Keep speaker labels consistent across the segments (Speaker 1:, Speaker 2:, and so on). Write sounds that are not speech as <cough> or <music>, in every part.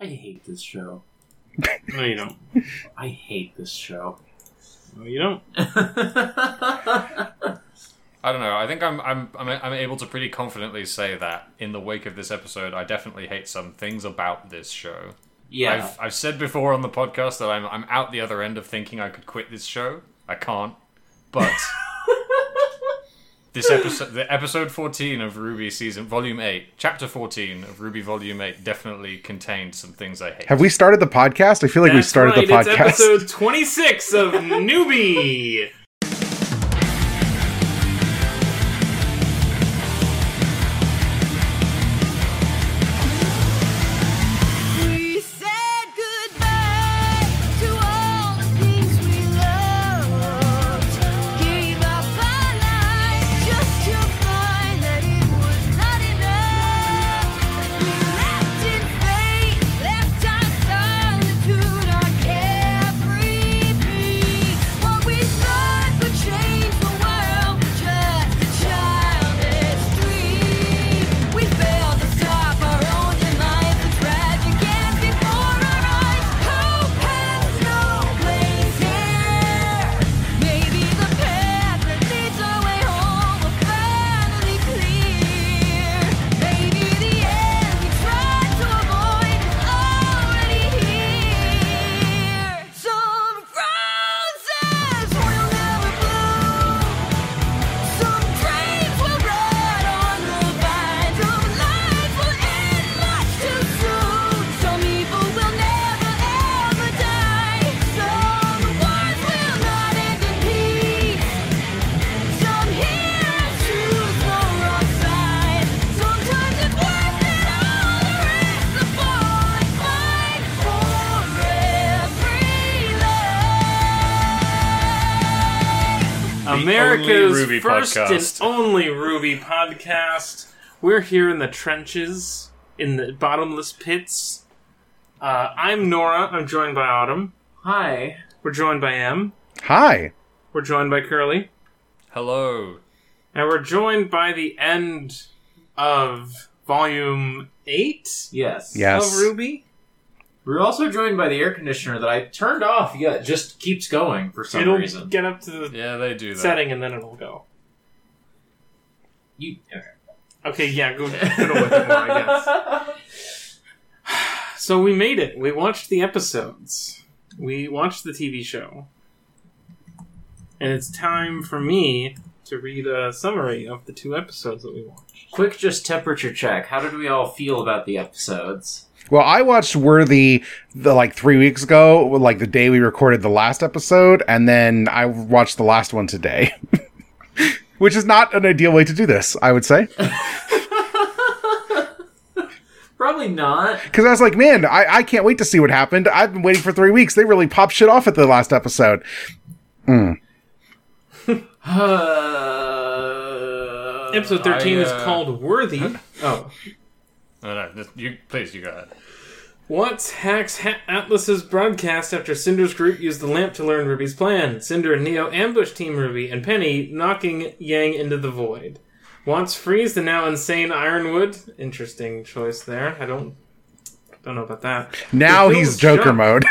Speaker 1: I hate this show.
Speaker 2: No, you don't.
Speaker 1: I hate this <laughs> show.
Speaker 2: No, you don't.
Speaker 3: I don't know. I think I'm I'm I'm I'm able to pretty confidently say that in the wake of this episode, I definitely hate some things about this show.
Speaker 1: yeah.
Speaker 3: I've, I've said before on the podcast that I'm I'm out the other end of thinking I could quit this show. I can't.
Speaker 2: <laughs>
Speaker 3: But this episode, the episode 14 of Ruby season volume 8, chapter 14 of Ruby volume 8 definitely contained some things I hate.
Speaker 4: Have we started the podcast? I feel like we
Speaker 2: That's
Speaker 4: started
Speaker 2: right,
Speaker 4: the podcast.
Speaker 2: It's episode 26 of Newbie.
Speaker 5: We said goodbye to all the things we loved. Gave up our lives just to find that it was not enough. We left in faith, left our solitude, our carefree peace. What we thought could change the world, just a childish dream. We failed to stop our own demise. The tragic end before our eyes. Hope has no place here. Maybe the path that leads our way home will finally clear. Maybe the end we tried to avoid is already here. Some roses will never bloom. Some dreams will rot on the vines of life will end much too soon. Some evil will never ever die. Some wars will not end in peace. Some heroes choose the wrong side. Sometimes it's worth it all to risk the fall and fight for every life.
Speaker 2: America's
Speaker 3: only Ruby
Speaker 2: first
Speaker 3: podcast.
Speaker 2: and only Ruby podcast. We're here in the trenches, in the bottomless pits. Uh, I'm Nora. I'm joined by Autumn.
Speaker 1: Hi.
Speaker 2: We're joined by M.
Speaker 4: <laughs> Hi.
Speaker 2: We're joined by Curly.
Speaker 3: Hello.
Speaker 2: And we're joined by the end of volume 8
Speaker 1: Yes.
Speaker 4: Yes.
Speaker 2: of Ruby.
Speaker 1: We're also joined by the air conditioner that I turned off. Yeah, it just keeps going for some
Speaker 2: It'll
Speaker 1: reason.
Speaker 2: get up to the
Speaker 3: Yeah, they do that.
Speaker 2: setting and then it'll go.
Speaker 1: <laughs> You, okay.
Speaker 2: Okay, yeah, go, go to what you want,
Speaker 1: <laughs>
Speaker 2: I guess. So we made it. We watched the episodes. We watched the TV show. And it's time for me to read a summary of the two episodes that we watched.
Speaker 1: Quick, just temperature check. How did we all feel about the episodes?
Speaker 4: Well, I watched Worthy the, like three weeks ago, like the day we recorded the last episode, and then I watched the last one today, <laughs> which is not an ideal way to do this, I would say.
Speaker 1: Probably not.
Speaker 4: Because I was like, man, I, I can't wait to see what happened. I've been waiting for three weeks. They really popped shit off at the last episode.
Speaker 1: <sighs> Uh,
Speaker 2: Episode 13
Speaker 3: I,
Speaker 2: is
Speaker 3: uh,
Speaker 2: called Worthy. oh.
Speaker 3: No, no, this- you, please, you go ahead.
Speaker 2: Once hacks ha- Atlas's broadcast after Cinder's group used the lamp to learn Ruby's plan. Cinder and Neo ambush Team Ruby and Penny, knocking Yang into the void. Wants frees the now insane Ironwood. Interesting choice there. I don't don't know about that.
Speaker 4: Now
Speaker 2: He
Speaker 4: he's
Speaker 2: feels
Speaker 4: Joker
Speaker 2: shocked.
Speaker 4: mode.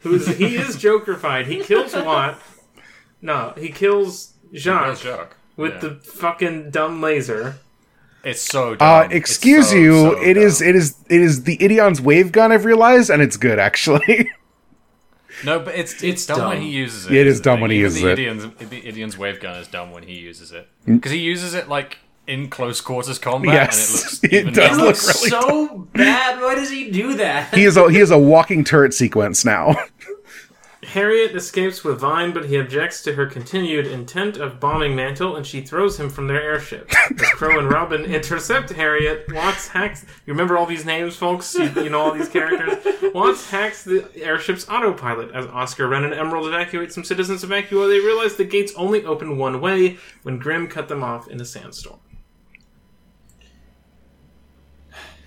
Speaker 2: Who's he is Jokerfied. He kills Watt. No, he kills Jacques
Speaker 3: Where's Jacques?
Speaker 2: with
Speaker 3: Yeah.
Speaker 2: the fucking dumb laser.
Speaker 3: It's so dumb.
Speaker 4: Uh, excuse
Speaker 3: It's so,
Speaker 4: you.
Speaker 3: so
Speaker 4: It is.
Speaker 3: dumb.
Speaker 4: It is. It is the Idion's wave gun. I've realized, and it's good actually. <laughs>
Speaker 3: No, but it's it's,
Speaker 1: It's
Speaker 3: dumb, when
Speaker 1: dumb.
Speaker 3: he uses it.
Speaker 4: It is
Speaker 3: isn't
Speaker 4: dumb when he
Speaker 3: Even
Speaker 4: uses
Speaker 3: the
Speaker 4: it. Mm.
Speaker 3: Idion's, the Idion's wave gun is dumb when he uses it because he uses it like in close quarters combat.
Speaker 4: Yes,
Speaker 3: and
Speaker 4: <laughs> it
Speaker 3: it looks even
Speaker 4: does
Speaker 1: It
Speaker 3: dumber.
Speaker 4: look-
Speaker 1: looks
Speaker 4: really
Speaker 1: so bad. Why does he do that?
Speaker 4: <laughs> he is. A, he is a walking turret sequence now.
Speaker 2: Harriet escapes with Vine, but he objects to her continued intent of bombing Mantle, and she throws him from their airship. As Crow and Robin intercept Harriet, Watts hacks. You remember all these names, folks? You, you know all these characters. Watts hacks the airship's autopilot. As Oscar, Ren, and Emerald evacuate some citizens of Acua, they realize the gates only open one way when Grim cut them off in a sandstorm.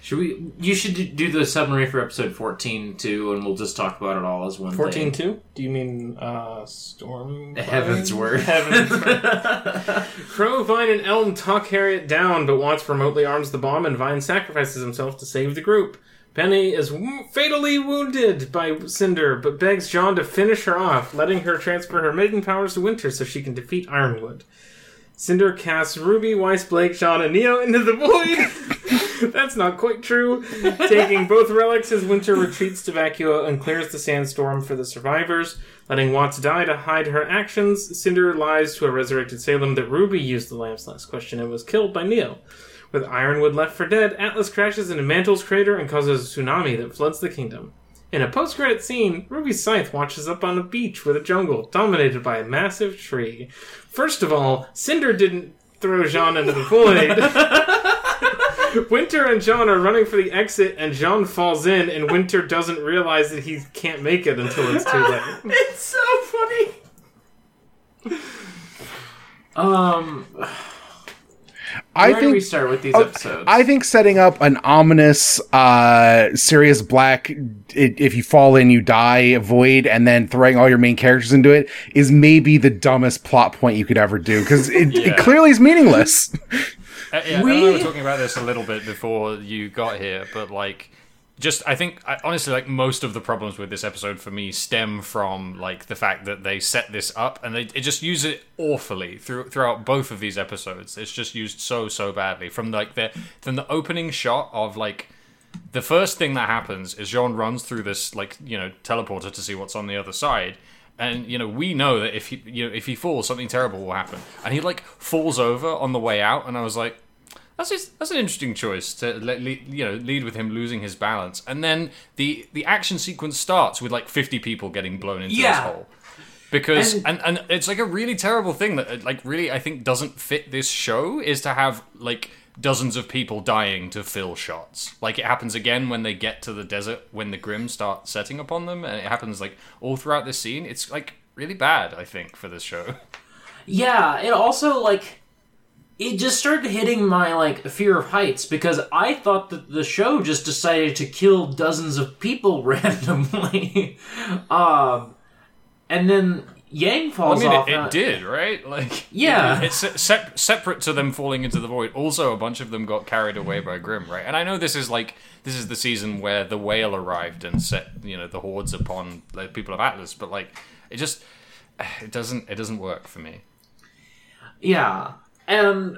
Speaker 1: Should we? You should do- do the summary for episode fourteen too, and we'll just talk about it all as one.
Speaker 2: 14
Speaker 1: thing.
Speaker 2: 2? Do you mean, uh, storm?
Speaker 1: Heaven's word.
Speaker 2: Heaven's word. Crow, Vine, and Elm talk Harriet down, but Watts remotely arms the bomb, and Vine sacrifices himself to save the group. Penny is w- fatally wounded by Cinder, but begs John to finish her off, letting her transfer her maiden powers to Winter so she can defeat Ironwood. Cinder casts Ruby, Weiss, Blake, John, and Neo into the void. <laughs> That's not quite true. Taking both relics as Winter retreats to Vacuo and clears the sandstorm for the survivors. Letting Watts die to hide her actions, Cinder lies to a resurrected Salem that Ruby used the lamp's last question and was killed by Neo. With Ironwood left for dead, Atlas crashes into Mantle's crater and causes a tsunami that floods the kingdom. In a post-credit scene, Ruby Scythe watches up on a beach with a jungle dominated by a massive tree. First of all, Cinder didn't throw Jean into the void. Winter and Jean are running for the exit, and Jean falls in, and Winter doesn't realize that he can't make it until it's too late.
Speaker 1: It's so funny. <laughs> Um,
Speaker 4: I
Speaker 1: where do we
Speaker 4: think
Speaker 1: start with these episodes?
Speaker 4: I think setting up an ominous, uh, serious black, i if you fall in, you die void, and then throwing all your main characters into it is maybe the dumbest plot point you could ever do because it,
Speaker 3: Yeah.
Speaker 4: it clearly is meaningless.
Speaker 3: Uh, yeah, I know
Speaker 1: We-
Speaker 3: we were talking about this a little bit before you got here, but like, just I think I, honestly, like most of the problems with this episode for me stem from like the fact that they set this up and they, they just use it awfully through, throughout both of these episodes. It's just used so so badly from like the from the opening shot of like the first thing that happens is Jean runs through this like you know teleporter to see what's on the other side, and you know we know that if he you know if he falls something terrible will happen, and he like falls over on the way out, and I was like. That's just, that's an interesting choice to le- le- you know lead with him losing his balance, and then the the action sequence starts with like fifty people getting blown into this
Speaker 1: Yeah.
Speaker 3: hole because
Speaker 1: And-
Speaker 3: and, and it's like a really terrible thing that uh, like really I think doesn't fit this show is to have like dozens of people dying to fill shots. Like it happens again when they get to the desert when the grim start setting upon them and it happens like all throughout this scene. It's like really bad I think for this show.
Speaker 1: Yeah, it also like it just started hitting my like fear of heights because I thought that the show just decided to kill dozens of people <laughs> randomly. um and then Yang
Speaker 3: I
Speaker 1: falls
Speaker 3: mean
Speaker 1: off.
Speaker 3: it,
Speaker 1: and I-
Speaker 3: it did, right? Like
Speaker 1: Yeah.
Speaker 3: It's se- sep- separate to them falling into the void. Also, a bunch of them got carried away by Grim, right? And I know this is like this is the season where the whale arrived and set you know the hordes upon the people of Atlas, but like it just <sighs> it doesn't it doesn't work for me.
Speaker 1: Yeah. And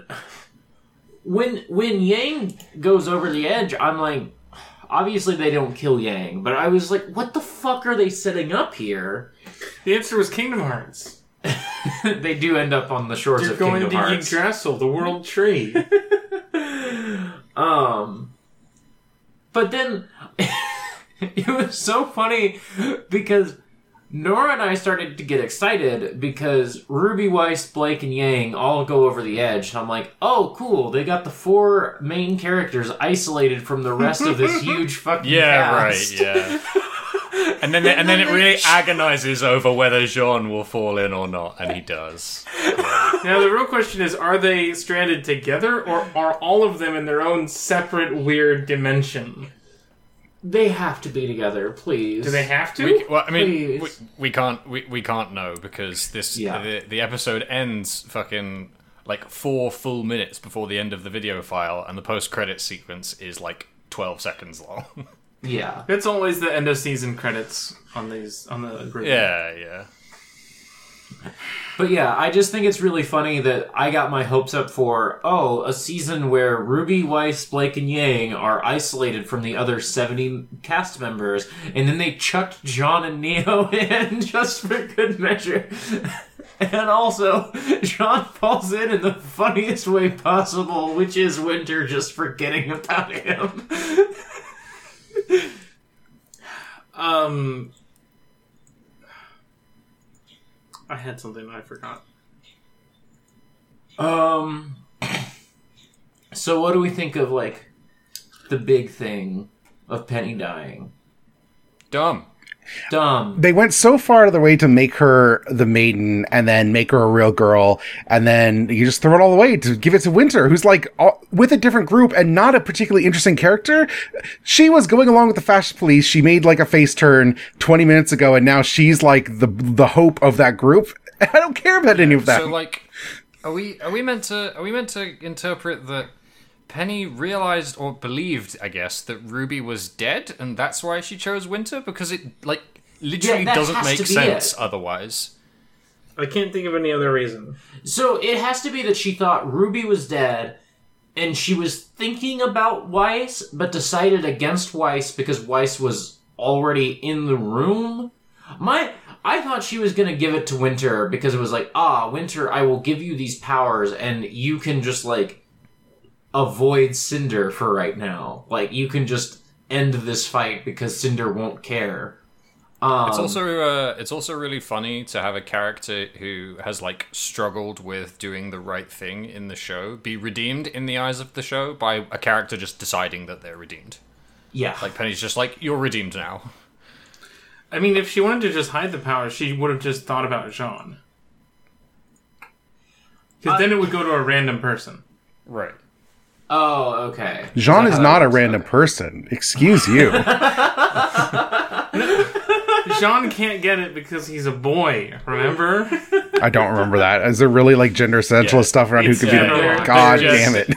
Speaker 1: when when Yang goes over the edge, I'm like obviously they don't kill Yang, but I was like what the fuck are they setting up here?
Speaker 2: <laughs> The answer was Kingdom Hearts.
Speaker 1: <laughs> they do end up on the shores
Speaker 2: You're
Speaker 1: of
Speaker 2: going
Speaker 1: Kingdom
Speaker 2: to
Speaker 1: Hearts.
Speaker 2: Yggdrasil, the world tree.
Speaker 1: Um, but then <laughs> it was so funny because Nora and I started to get excited because Ruby Weiss, Blake, and Yang all go over the edge. And I'm like, oh, cool. They got the four main characters isolated from the rest of
Speaker 2: <laughs>
Speaker 1: this huge fucking cast.
Speaker 3: Yeah. And then, and then it really agonizes over whether Jean will fall in or not, and he does.
Speaker 2: <laughs> Now the real question is: Are they stranded together, or are all of them in their own separate weird dimension?
Speaker 1: They have to be together, please.
Speaker 2: Do they have to?
Speaker 3: We, well, I mean, we,
Speaker 1: Please.
Speaker 3: we can't we, we can't know because this
Speaker 1: Yeah.
Speaker 3: the, the episode ends fucking like four full minutes before the end of the video file, and the post credit sequence is like twelve seconds long. <laughs>
Speaker 1: Yeah.
Speaker 2: That's always the end of season credits on these on the group.
Speaker 3: yeah, yeah.
Speaker 1: But yeah, I just think it's really funny that I got my hopes up for, oh, a season where Ruby, Weiss, Blake, and Yang are isolated from the other 70 cast members, and then they chucked John and Neo <laughs> in just for good measure. <laughs> And also, John falls in in the funniest way possible, which is Winter just forgetting about him. <laughs>
Speaker 2: Um, I had something I forgot.
Speaker 1: Um. <clears throat> So, what do we think of, like, the big thing of Penny dying?
Speaker 3: Dumb.
Speaker 1: Dumb.
Speaker 4: they went so far out of their way to make her the maiden and then make her a real girl and then you just throw it all away to give it to winter who's like all, with a different group and not a particularly interesting character she was going along with the fascist police she made like a face turn 20 minutes ago and now she's like the the hope of that group <laughs> i don't care about any of that
Speaker 3: So like, are we are we meant to are we meant to interpret that Penny realized or believed, I guess, that Ruby was dead, and that's why she chose Winter because it like literally
Speaker 1: that
Speaker 3: doesn't
Speaker 1: has
Speaker 3: make
Speaker 1: to be
Speaker 3: sense
Speaker 1: it.
Speaker 3: otherwise.
Speaker 2: I can't think of any other reason.
Speaker 1: So it has to be that she thought Ruby was dead and she was thinking about Weiss, but decided against Weiss because Weiss was already in the room. My I thought she was gonna give it to Winter because it was like, ah, Winter, I will give you these powers and you can just like avoid Cinder for right now. Like you can just end this fight because Cinder won't care. Um,
Speaker 3: It's also uh, it's also really funny to have a character who has like struggled with doing the right thing in the show be redeemed in the eyes of the show by a character just deciding that they're redeemed.
Speaker 1: yeah.
Speaker 3: Like Penny's just like you're redeemed now.
Speaker 2: I mean, if she wanted to just hide the power, she would have just thought about Jean. Because then it would go to a random person.
Speaker 3: Right.
Speaker 1: oh, okay.
Speaker 4: Jean is not a random person. Excuse you.
Speaker 2: <laughs> Jean can't get it because he's a boy,
Speaker 1: <laughs>
Speaker 2: remember?
Speaker 4: I don't remember that. Is there really like gender essential
Speaker 3: Yeah.
Speaker 4: stuff around who
Speaker 2: It's
Speaker 4: could be
Speaker 2: gender-
Speaker 4: the
Speaker 2: they're
Speaker 4: God
Speaker 2: just-
Speaker 4: damn it.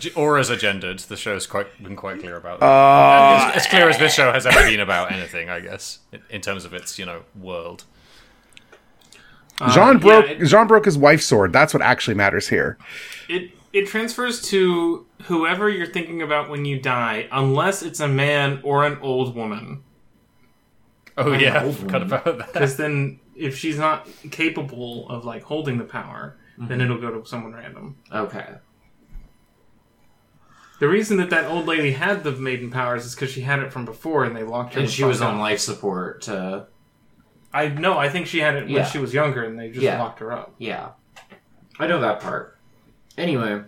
Speaker 3: <laughs> Ge- ge- or as agendered, the show's quite been quite clear about that.
Speaker 4: Uh,
Speaker 3: as, as clear as this show has ever been about anything, I guess, in, in terms of its you know world.
Speaker 4: Jean broke
Speaker 2: it-
Speaker 4: Jean broke his wife's sword. That's what actually matters here.
Speaker 2: It it transfers to whoever you're thinking about when you die, unless it's a man or an old woman.
Speaker 3: Oh yeah, I
Speaker 1: old
Speaker 3: forgot
Speaker 1: woman.
Speaker 3: about that.
Speaker 2: Because then, if she's not capable of like holding the power,
Speaker 1: Mm-hmm.
Speaker 2: then it'll go to someone random.
Speaker 1: Okay.
Speaker 2: The reason that that old lady had the maiden powers is because she had it from before, and they locked her.
Speaker 1: And
Speaker 2: the
Speaker 1: she was
Speaker 2: fuck
Speaker 1: on
Speaker 2: up.
Speaker 1: life support to
Speaker 2: I no, I think she had it when
Speaker 1: Yeah.
Speaker 2: she was younger, and they just
Speaker 1: Yeah.
Speaker 2: locked her up.
Speaker 1: Yeah. I know that part. Anyway,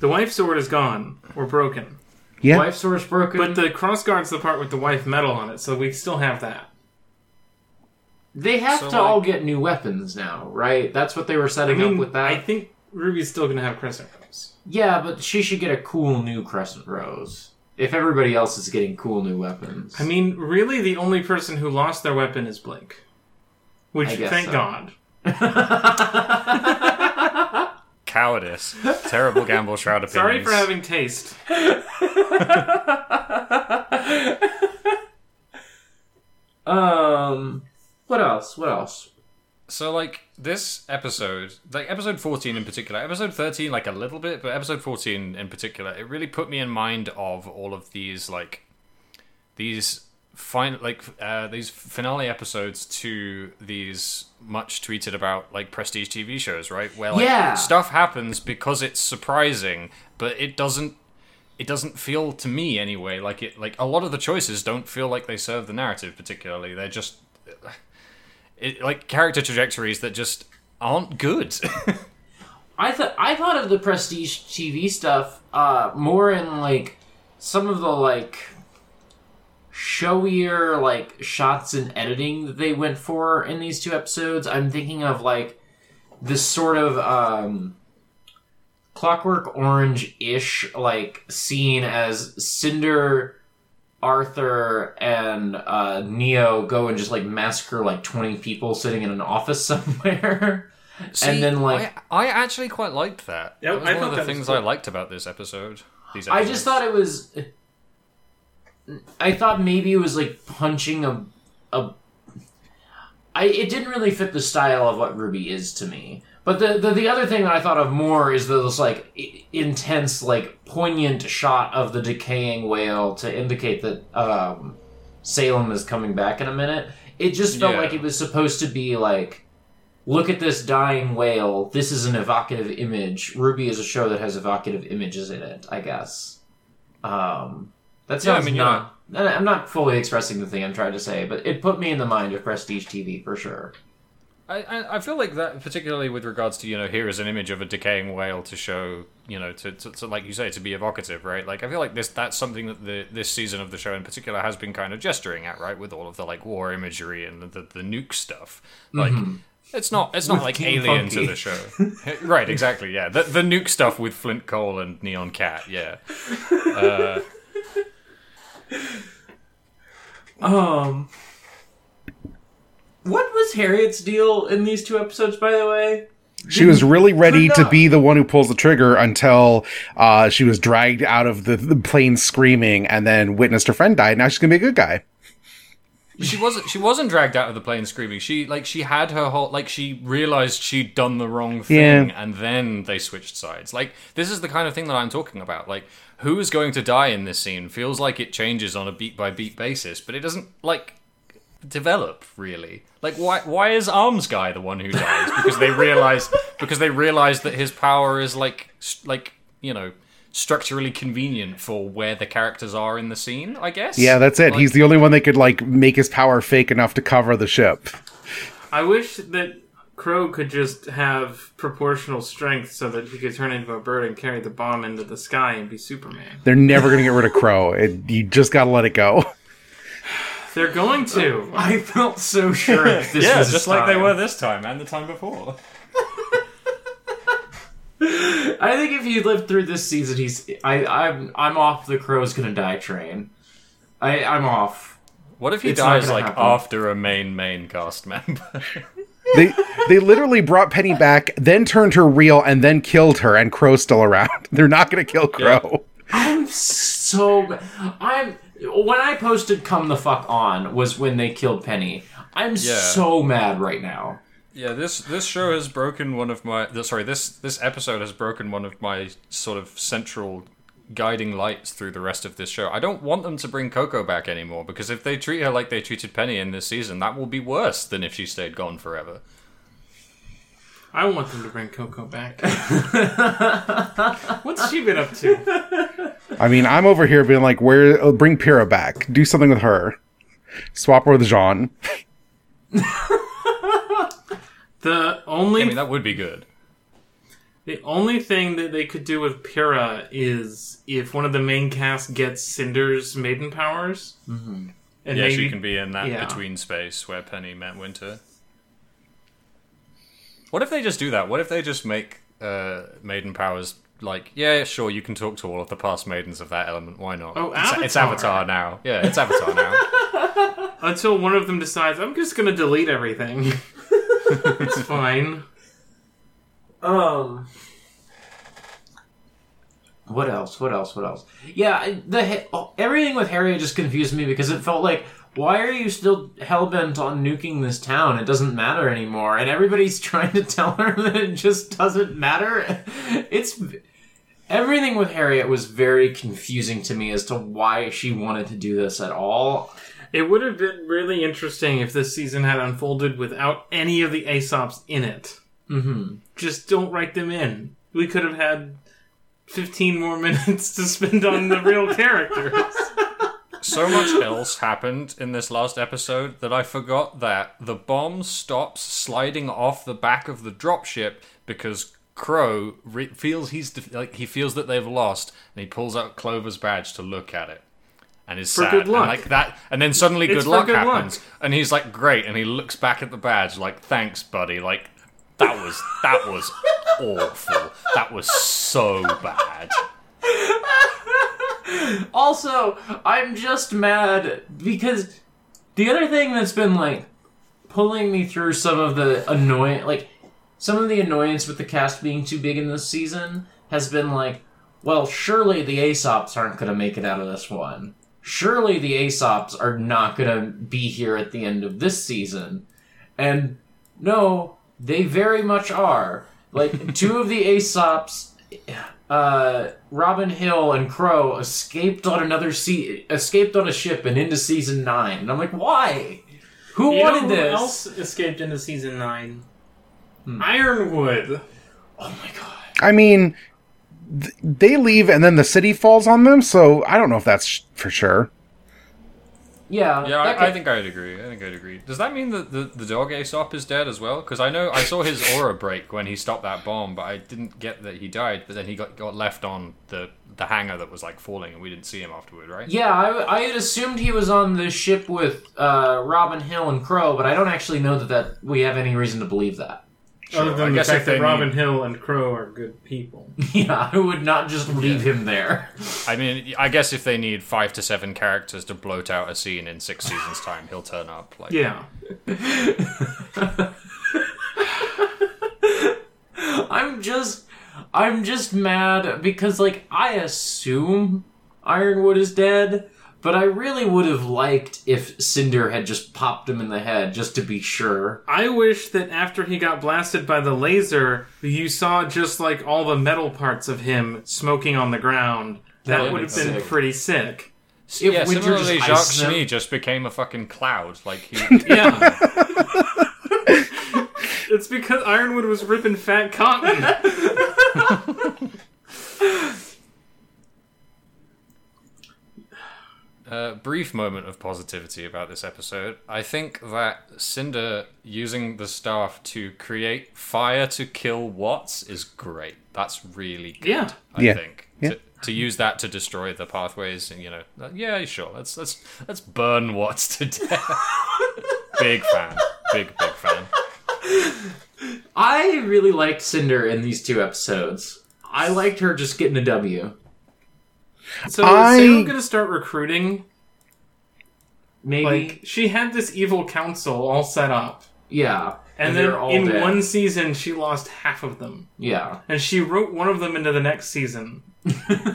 Speaker 2: The wife sword is gone or broken,
Speaker 4: Yeah.
Speaker 1: wife source broken.
Speaker 2: but the cross guard's the part with the wife metal on it, so we still have that.
Speaker 1: they have
Speaker 3: So,
Speaker 1: to all
Speaker 3: like-
Speaker 1: get new weapons now, right? That's what they were
Speaker 2: I
Speaker 1: setting
Speaker 2: mean,
Speaker 1: up with that.
Speaker 2: I think Ruby's still gonna have crescent rose.
Speaker 1: yeah, but she should get a cool new crescent rose. If everybody else is getting cool new weapons.
Speaker 2: I mean, really, the only person who lost their weapon is Blake. Which,
Speaker 1: I guess
Speaker 2: thank
Speaker 1: so.
Speaker 2: God.
Speaker 3: Cowardice, terrible gamble, shroud opinions.
Speaker 2: Sorry for having taste.
Speaker 1: um what else? What else?
Speaker 3: So like this episode, like episode 14 in particular, episode 13 like a little bit, but episode 14 in particular, it really put me in mind of all of these like these final like uh, these finale episodes to these much tweeted about like prestige TV shows, right? Where like
Speaker 1: Yeah.
Speaker 3: stuff happens because it's surprising, but it doesn't it doesn't feel to me anyway like it like a lot of the choices don't feel like they serve the narrative particularly. They're just it, like character trajectories that just aren't
Speaker 1: <laughs>
Speaker 3: good.
Speaker 1: I thought I thought of the prestige TV stuff uh, more in like some of the like showier like shots and editing that they went for in these two episodes. I'm thinking of like this sort of um, Clockwork Orange ish like scene as Cinder. Arthur and uh, Neo go and just like massacre like twenty people sitting in an office <laughs> somewhere, and then like
Speaker 3: I, I actually quite liked that.
Speaker 2: Yeah,
Speaker 3: that was
Speaker 2: I
Speaker 3: one
Speaker 2: thought
Speaker 3: of the
Speaker 2: that was
Speaker 3: things
Speaker 2: cool.
Speaker 3: I liked about this episode. These
Speaker 1: I
Speaker 3: episodes.
Speaker 1: just thought it was. I thought maybe it was like punching a, a. I it didn't really fit the style of what Ruby is to me. But the the, the other thing that I thought of more is those like i- intense, like poignant shot of the decaying whale to indicate that um, Salem is coming back in a minute. It just felt
Speaker 3: Yeah.
Speaker 1: like it was supposed to be like look at this dying whale. This is an evocative image. Ruby is a show that has evocative images in it, I guess. Um, that
Speaker 3: Yeah, I
Speaker 1: sounds
Speaker 3: mean, you're
Speaker 1: not. I'm not fully expressing the thing I'm trying to say, but it put me in the mind of prestige TV for sure.
Speaker 3: I, I, I feel like that, particularly with regards to you know, here is an image of a decaying whale to show you know to, to, to like you say to be evocative, right? Like I feel like this that's something that the this season of the show in particular has been kind of gesturing at, right? With all of the like war imagery and the the, the nuke stuff, like. It's not. It's not like
Speaker 1: Mm-hmm. King
Speaker 3: alien
Speaker 1: Funky.
Speaker 3: to the show,
Speaker 1: <laughs>
Speaker 3: right? Exactly. Yeah, the the nuke stuff with Flint Cole and Neon Cat. Yeah,
Speaker 1: Um, what was Harriet's deal in these two episodes, by the way?
Speaker 4: She was really ready
Speaker 1: could
Speaker 4: to
Speaker 1: not.
Speaker 4: be the one who pulls the trigger until uh, she was dragged out of the, the plane screaming and then witnessed her friend die. Now she's going to be a good guy.
Speaker 3: She wasn't. She wasn't dragged out of the plane screaming. She like she had her whole like she realized she'd done the wrong thing,
Speaker 4: Yeah.
Speaker 3: and then they switched sides. Like this is the kind of thing that I'm talking about. Like who is going to die in this scene feels like it changes on a beat by beat basis, but it doesn't like develop really. Like why why is Arms Guy the one who dies? Because they realize <laughs> because they realize that his power is like s- like you know structurally convenient for where the characters are in the scene. I guess.
Speaker 4: Yeah, that's it.
Speaker 3: Like-
Speaker 4: He's the only one that could like make his power fake enough to cover the ship.
Speaker 2: I wish that Crow could just have proportional strength so that he could turn into a bird and carry the bomb into the sky and be Superman.
Speaker 4: They're never going to get rid of Crow. <laughs> It, you just got to let it go. <laughs>
Speaker 2: They're going to.
Speaker 1: <laughs> I felt so sure that this
Speaker 3: Yeah,
Speaker 1: was
Speaker 3: just
Speaker 1: his
Speaker 3: like they
Speaker 1: time.
Speaker 3: were this time and the time before.
Speaker 1: I think if he lived through this season, he's I I'm I'm off the crow's gonna die train. I I'm off.
Speaker 3: What if he
Speaker 1: It's not
Speaker 3: dies
Speaker 1: gonna
Speaker 3: like
Speaker 1: happen.
Speaker 3: after a main main cast member? <laughs>
Speaker 4: They they literally brought Penny back, then turned her real, and then killed her. And Crow's still around. <laughs> They're not going to kill Crow.
Speaker 1: I'm so I'm when I posted "Come the fuck on" was when they killed Penny. I'm so mad right now.
Speaker 3: yeah, this this show has broken one of my th- sorry this this episode has broken one of my sort of central guiding lights through the rest of this show. I don't want them to bring Coco back anymore because if they treat her like they treated Penny in this season, that will be worse than if she stayed gone forever.
Speaker 2: I want them to bring Coco
Speaker 3: <laughs>
Speaker 2: back. What's she been up to?
Speaker 4: I mean, I'm over here being like, where? oh, Bring Pyrrha back. Do something with her. Swap her with Jean.
Speaker 2: The only
Speaker 3: I mean, that would be good.
Speaker 2: the only thing that they could do with Pyrrha is if one of the main cast gets Cinder's maiden powers. Mm-hmm. And
Speaker 3: Yeah,
Speaker 2: maybe,
Speaker 3: she can be in that
Speaker 2: yeah.
Speaker 3: between space where Penny met Winter. What if they just do that? What if they just make uh, Maiden Powers like, yeah, sure, you can talk to all of the past maidens of that element. Why not?
Speaker 2: Oh,
Speaker 3: it's, it's
Speaker 2: Avatar.
Speaker 3: Avatar now. Yeah, it's Avatar now.
Speaker 2: until one of them decides I'm just gonna delete everything.
Speaker 3: <laughs>
Speaker 2: it's fine.
Speaker 1: Um. What else? What else? What else? Yeah, I- the he- oh, everything with Harriet just confused me because it felt like, why are you still hell bent on nuking this town? It doesn't matter anymore, and everybody's <laughs> trying to tell her that it just doesn't matter. <laughs> It's everything with Harriet was very confusing to me as to why she wanted to do this at all.
Speaker 2: It would have been really interesting if this season had unfolded without any of the Aesops in it.
Speaker 1: Mm-hmm.
Speaker 2: Just don't write them in. We could have had 15 more <laughs> minutes to spend on the real characters.
Speaker 3: so much else happened in this last episode that I forgot that the bomb stops sliding off the back of the dropship because Crow re- feels he's def- like he feels that they've lost, and he pulls out Clover's badge to look at it, and is sad
Speaker 2: good
Speaker 3: and
Speaker 2: luck.
Speaker 3: like that. And then suddenly,
Speaker 2: It's
Speaker 3: good
Speaker 2: for
Speaker 3: luck
Speaker 2: good luck.
Speaker 3: happens, and he's like, "Great!" And he looks back at the badge like, "Thanks, buddy." Like that was that was awful. That was so bad.
Speaker 1: Also, I'm just mad because the other thing that's been like pulling me through some of the annoyance, like some of the annoyance with the cast being too big in this season has been like, well, surely the Aesops aren't going to make it out of this one. Surely the Aesops are not going to be here at the end of this season. And no, they very much are.
Speaker 2: <laughs>
Speaker 1: Like, two of the Aesops uh, Robin Hill and Crow escaped on another sea, escaped on a ship and into season nine. And I'm like, why? Who
Speaker 2: <laughs> You know
Speaker 1: wanted
Speaker 2: who
Speaker 1: this?
Speaker 2: else escaped into season 9?
Speaker 3: Hmm.
Speaker 2: Ironwood.
Speaker 1: Oh my god!
Speaker 4: I mean, th- they leave and then the city falls on them. So I don't know if that's sh- for sure.
Speaker 1: Yeah,
Speaker 3: Yeah,
Speaker 1: that
Speaker 3: I, I
Speaker 1: could-
Speaker 3: think I'd agree. I think I'd agree. Does that mean that the, the dog Aesop is dead as well? Because I know I saw his aura break when he stopped that bomb, but I didn't get that he died. But then he got, got left on the the hangar that was like falling, and we didn't see him afterward, right?
Speaker 1: Yeah, I, I had assumed he was on the ship with uh, Robin Hill and Crow, but I don't actually know that, that we have any reason to believe that. <laughs>
Speaker 3: Sure,
Speaker 2: Other than
Speaker 3: I
Speaker 2: the
Speaker 3: guess
Speaker 2: fact
Speaker 3: if
Speaker 2: that
Speaker 3: they
Speaker 2: Robin
Speaker 3: need-
Speaker 2: Hill and Crow are good people.
Speaker 1: yeah, I would not just leave him there. <laughs>
Speaker 3: I mean, I guess if they need five to seven characters to bloat out a scene in six seasons' time, he'll turn up. Like,
Speaker 2: Yeah.
Speaker 1: I'm just mad because, like, I assume Ironwood is dead, but I really would have liked if Cinder had just popped him in the head just to be sure.
Speaker 2: I wish that after he got blasted by the laser, you saw just like all the metal parts of him smoking on the ground. That,
Speaker 1: would
Speaker 2: would
Speaker 1: be
Speaker 2: have been
Speaker 1: sick. <laughs>
Speaker 2: pretty sick.
Speaker 1: If
Speaker 3: yeah,
Speaker 1: Winter
Speaker 3: similarly,
Speaker 1: just
Speaker 3: Jacques
Speaker 1: iced them-
Speaker 3: Schmee just became a fucking cloud.
Speaker 1: <laughs>
Speaker 3: Like he,
Speaker 2: Yeah. <laughs> it's because Ironwood was ripping fat cotton.
Speaker 1: <laughs>
Speaker 3: uh, brief moment of positivity about this episode. I think that Cinder using the staff to create fire to kill Watts is great. That's really good.
Speaker 2: Yeah.
Speaker 3: I
Speaker 4: Yeah.
Speaker 3: think
Speaker 4: Yeah.
Speaker 3: to, to use that to destroy the pathways, and you know, like, yeah, sure. Let's let's let's burn Watts to <laughs> death. big fan, big big fan.
Speaker 1: I really liked Cinder in these two episodes. I liked her just getting a W.
Speaker 2: So
Speaker 4: I-
Speaker 2: is Sarah gonna start recruiting?
Speaker 1: Maybe.
Speaker 2: Like she had this evil council all set up.
Speaker 1: yeah.
Speaker 2: And
Speaker 1: they're
Speaker 2: then in one season she lost half of them.
Speaker 1: Yeah.
Speaker 2: And she wrote one of them into the next season.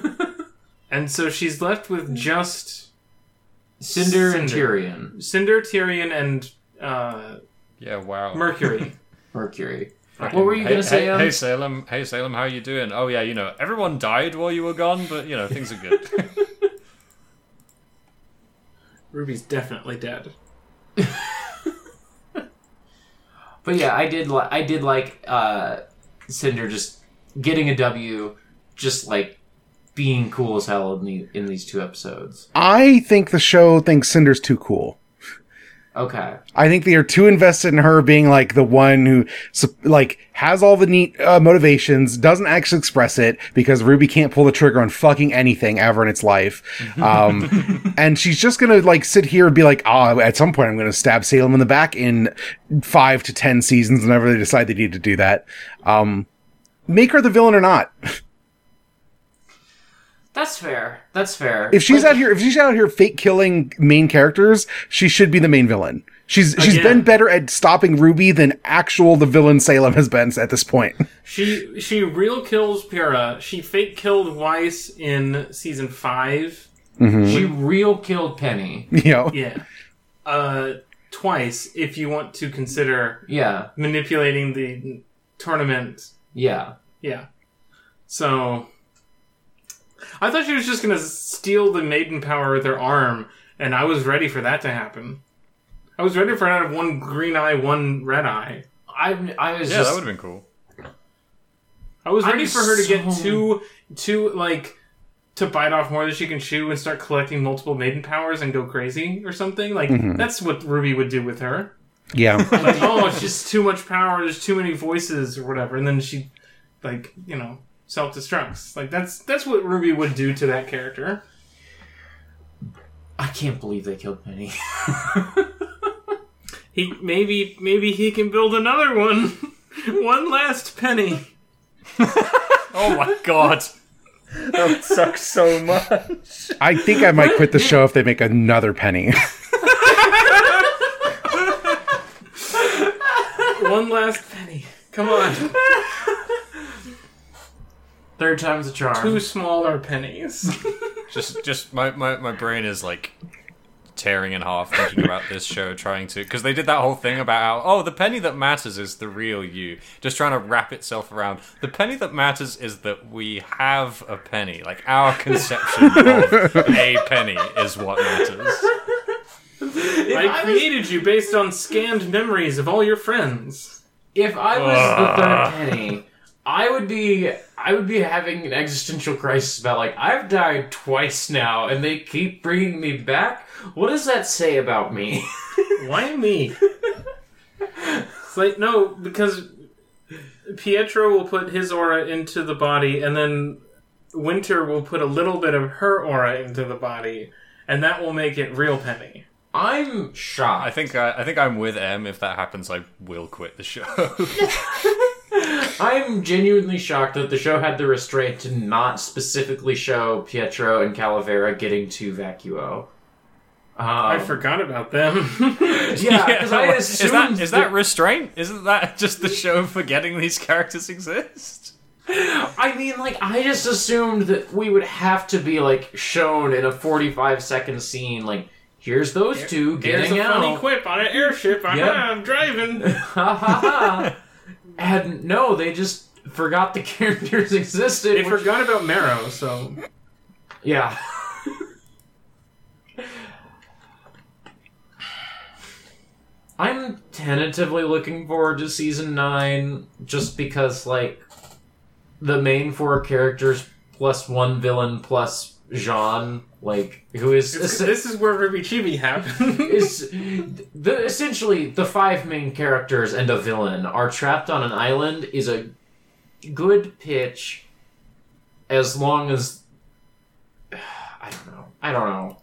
Speaker 1: <laughs>
Speaker 2: and so she's left with just
Speaker 1: Cinder, and
Speaker 2: Cinder.
Speaker 1: Tyrion.
Speaker 2: Cinder, Tyrion, and uh,
Speaker 3: Yeah, wow.
Speaker 2: Mercury.
Speaker 1: Mercury. What were you going to say, um?
Speaker 3: Hey,
Speaker 1: Em?
Speaker 3: hey Salem, hey Salem, how you doing? Oh yeah, you know, everyone died while you were gone, but you know things are
Speaker 4: <laughs>
Speaker 3: good.
Speaker 2: <laughs> Ruby's definitely dead.
Speaker 1: But yeah, I did. Li- I did like uh, Cinder just getting a W, just like being cool as hell in, the- in these two episodes.
Speaker 4: I think the show thinks Cinder's too cool.
Speaker 1: Okay,
Speaker 4: I think they are too invested in her being like the one who sup- like has all the neat uh, motivations, doesn't actually express it because Ruby can't pull the trigger on fucking anything ever in its life. Um, and she's just gonna like sit here and be like, oh, at some point I'm gonna stab Salem in the back in five to ten seasons whenever they decide they need to do that. Um, make her the villain or not.
Speaker 1: that's fair. That's fair.
Speaker 4: If she's
Speaker 1: But-
Speaker 4: out here, if she's out here fake killing main characters, she should be the main villain. She's she's
Speaker 2: Again.
Speaker 4: been better at stopping Ruby than actual the villain Salem has been at this point. <laughs>
Speaker 2: She she real kills Pyrrha. She fake killed Weiss in season five.
Speaker 1: she real killed Penny.
Speaker 4: you know,
Speaker 2: Yeah, uh, twice if you want to consider
Speaker 1: Yeah,
Speaker 2: manipulating the tournament.
Speaker 1: yeah.
Speaker 2: Yeah, so I thought she was just gonna steal the maiden power with her arm, and I was ready for that to happen. I was ready for her to have one green eye, one red eye.
Speaker 1: I I was
Speaker 3: yeah,
Speaker 1: just
Speaker 3: that would have been cool.
Speaker 2: I was
Speaker 1: I'm
Speaker 2: ready for her to get
Speaker 1: so-
Speaker 2: two, two like to bite off more than she can chew and start collecting multiple maiden powers and go crazy or something. Like that's what Ruby would do with her.
Speaker 4: yeah,
Speaker 2: <laughs> Like, oh, it's just too much power. There's too many voices or whatever, and then she, like you know, self destructs. Like that's that's what Ruby would do to that character.
Speaker 1: I can't believe they killed Penny. <laughs>
Speaker 2: He maybe maybe he can build another one, <laughs> one last penny.
Speaker 3: Oh my
Speaker 4: <laughs>
Speaker 3: god.
Speaker 6: That would suck so much.
Speaker 4: I think I might quit the show if they make
Speaker 2: <laughs>
Speaker 4: another Penny.
Speaker 2: One last penny. Come on,
Speaker 1: Third time's a charm.
Speaker 2: two smaller pennies. <laughs>
Speaker 3: just just my, my, my brain is like tearing in half thinking about this show trying to because they did that whole thing about how oh the penny that matters is the real you just trying to wrap itself around the penny that matters is that we have a penny like our conception of a penny is what matters
Speaker 2: I created you based on scanned memories of all your friends.
Speaker 1: if I was the third Penny, I would be I would be having an existential crisis about like I've died twice now and they keep bringing me back. What does that say about me? <laughs>
Speaker 2: Why me? it's like, no, because Pietro will put his aura into the body, and then Winter will put a little bit of her aura into the body, and that will make it real Penny.
Speaker 1: I'm shocked.
Speaker 3: i think I, I think i'm with m if that happens i will quit
Speaker 1: <laughs>
Speaker 3: the show
Speaker 1: I'm genuinely shocked that the show had the restraint to not specifically show Pietro and Calavera getting to Vacuo. Um,
Speaker 2: I forgot about
Speaker 1: <laughs>
Speaker 2: them.
Speaker 3: <laughs>
Speaker 1: yeah, because I
Speaker 3: is
Speaker 1: assumed
Speaker 3: that is that
Speaker 1: that-
Speaker 3: restraint isn't that just the show forgetting these characters exist
Speaker 1: I mean, like, I just assumed that we would have to be, like, shown in a 45 second scene, like, here's those two
Speaker 2: There's
Speaker 1: getting
Speaker 2: a
Speaker 1: out.
Speaker 2: funny quip on an airship. Ah,
Speaker 1: Yep. <laughs>
Speaker 2: I'm driving.
Speaker 1: ha ha
Speaker 2: <laughs>
Speaker 1: ha. And no, they just forgot the <laughs> characters existed.
Speaker 2: They
Speaker 1: which-
Speaker 2: forgot about Marrow, so
Speaker 1: yeah. <laughs> I'm tentatively looking forward to season 9 just because, like, the main four characters plus one villain plus Jean, like, who is.
Speaker 2: this, this is where Ruby Chibi happened. <laughs>
Speaker 1: is the essentially the five main characters and a villain are trapped on an island is a good pitch as long as <sighs> I don't know. I don't know.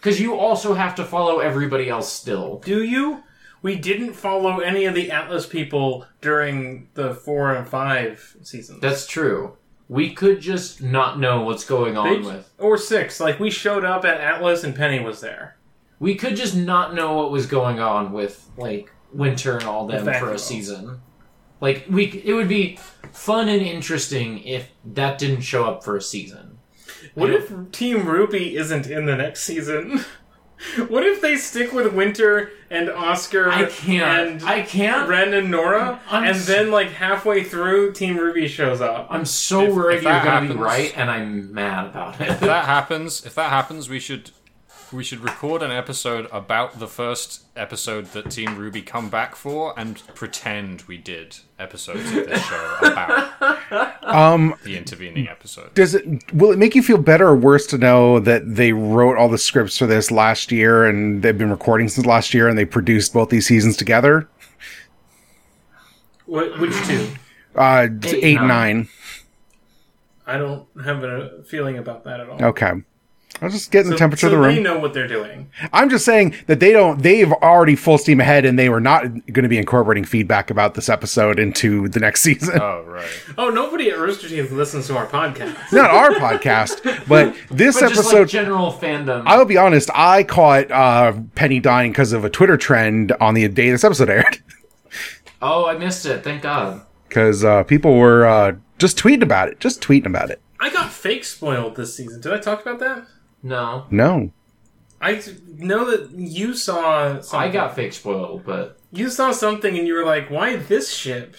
Speaker 1: Cuz you also have to follow everybody else still.
Speaker 2: Do you? We didn't follow any of the Atlas people during the four and five seasons.
Speaker 1: That's true. We could just not know what's going on
Speaker 2: They-
Speaker 1: with.
Speaker 2: or six. Like we showed up at Atlas and Penny was there.
Speaker 1: We could just not know what was going on with like Winter and all them
Speaker 2: With
Speaker 1: for a
Speaker 2: Vacuo.
Speaker 1: season. Like we, it would be fun and interesting if that didn't show up for a season.
Speaker 2: What if Team Ruby isn't in the next season? <laughs> What if they stick with Winter and Oscar
Speaker 1: I can't.
Speaker 2: and
Speaker 1: I can't.
Speaker 2: Ren and Nora,
Speaker 1: I'm
Speaker 2: and
Speaker 1: s-
Speaker 2: then like halfway through, Team Ruby shows up?
Speaker 1: I'm so
Speaker 3: If-
Speaker 1: worried
Speaker 3: if
Speaker 1: you're
Speaker 3: that
Speaker 1: gonna be
Speaker 3: happens-
Speaker 1: right, and I'm mad about it.
Speaker 3: If that happens, if that happens, we should we should record an episode about the first episode that Team Ruby come back for, and pretend we did episodes of this show about
Speaker 4: Um,
Speaker 3: the intervening episode.
Speaker 4: does it will it make you feel better or worse to know that they wrote all the scripts for this last year and they've been recording since last year and they produced both these seasons together?
Speaker 2: Wh- Which two?
Speaker 4: Uh,
Speaker 1: Eight,
Speaker 4: eight, eight
Speaker 1: nine.
Speaker 4: nine.
Speaker 2: I don't have a feeling about that at all.
Speaker 4: Okay. I was just getting
Speaker 2: So-
Speaker 4: the
Speaker 2: so
Speaker 4: temperature of the room.
Speaker 2: They know what they're doing.
Speaker 4: I'm just saying that they don't. They've already full steam ahead, and they were not going to be incorporating feedback about this episode into the next season. <laughs>
Speaker 3: Oh right,
Speaker 2: Oh, nobody at Rooster Teeth listens to our podcast.
Speaker 4: not our podcast, but
Speaker 1: <laughs> But
Speaker 4: this
Speaker 1: just like
Speaker 4: episode.
Speaker 1: general fandom.
Speaker 4: I'll be honest. I caught uh, Penny dying because of a Twitter trend on the day this episode aired, <laughs>
Speaker 1: oh, I missed it. Thank God.
Speaker 4: because uh, people were uh, just tweeting about it. Just tweeting about it.
Speaker 2: I got fake spoiled this season. Did I talk about that?
Speaker 1: No,
Speaker 4: No,
Speaker 2: I t- know that you saw.
Speaker 1: I
Speaker 2: Something.
Speaker 1: got fake spoiled, but
Speaker 2: You saw something and you were like, "Why this ship?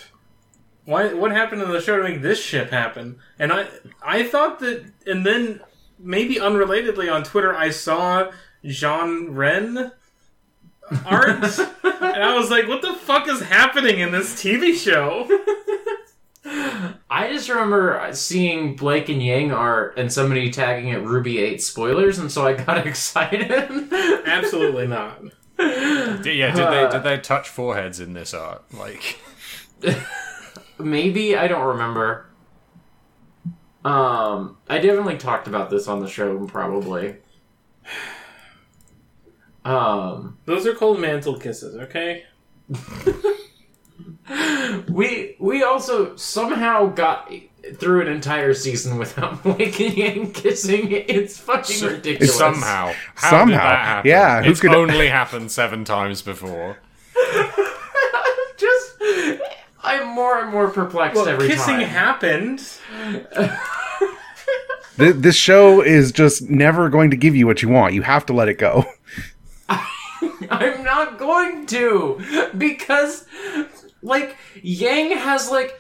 Speaker 2: Why? What happened in the show to make this ship happen?" And I, I thought that, and then maybe unrelatedly on Twitter, I saw Jean Ren <laughs> art, and I was like, "What the fuck is happening in this TV show?"
Speaker 1: I just remember seeing Blake and Yang art and somebody tagging it Ruby Eight spoilers, and so I got <laughs> excited.
Speaker 2: Absolutely not.
Speaker 3: D- yeah. Did they did they touch foreheads in this art? Like
Speaker 1: Maybe I don't remember. Um, I definitely talked about this on the show, probably. Um,
Speaker 2: Those are called mantle kisses, okay?
Speaker 1: we we also somehow got through an entire season without <laughs> blinking and kissing. It's fucking ridiculous.
Speaker 3: somehow, how did
Speaker 4: Somehow.
Speaker 3: that happen?
Speaker 4: Yeah, who
Speaker 3: it's
Speaker 4: could-
Speaker 3: only happened seven times before.
Speaker 1: <laughs> just I'm more and more perplexed
Speaker 2: Well,
Speaker 1: every
Speaker 2: kissing
Speaker 1: time.
Speaker 2: happened.
Speaker 4: Th- this show is just never going to give you what you want. You have to let it go. <laughs>
Speaker 1: I'm not going to because like Yang has like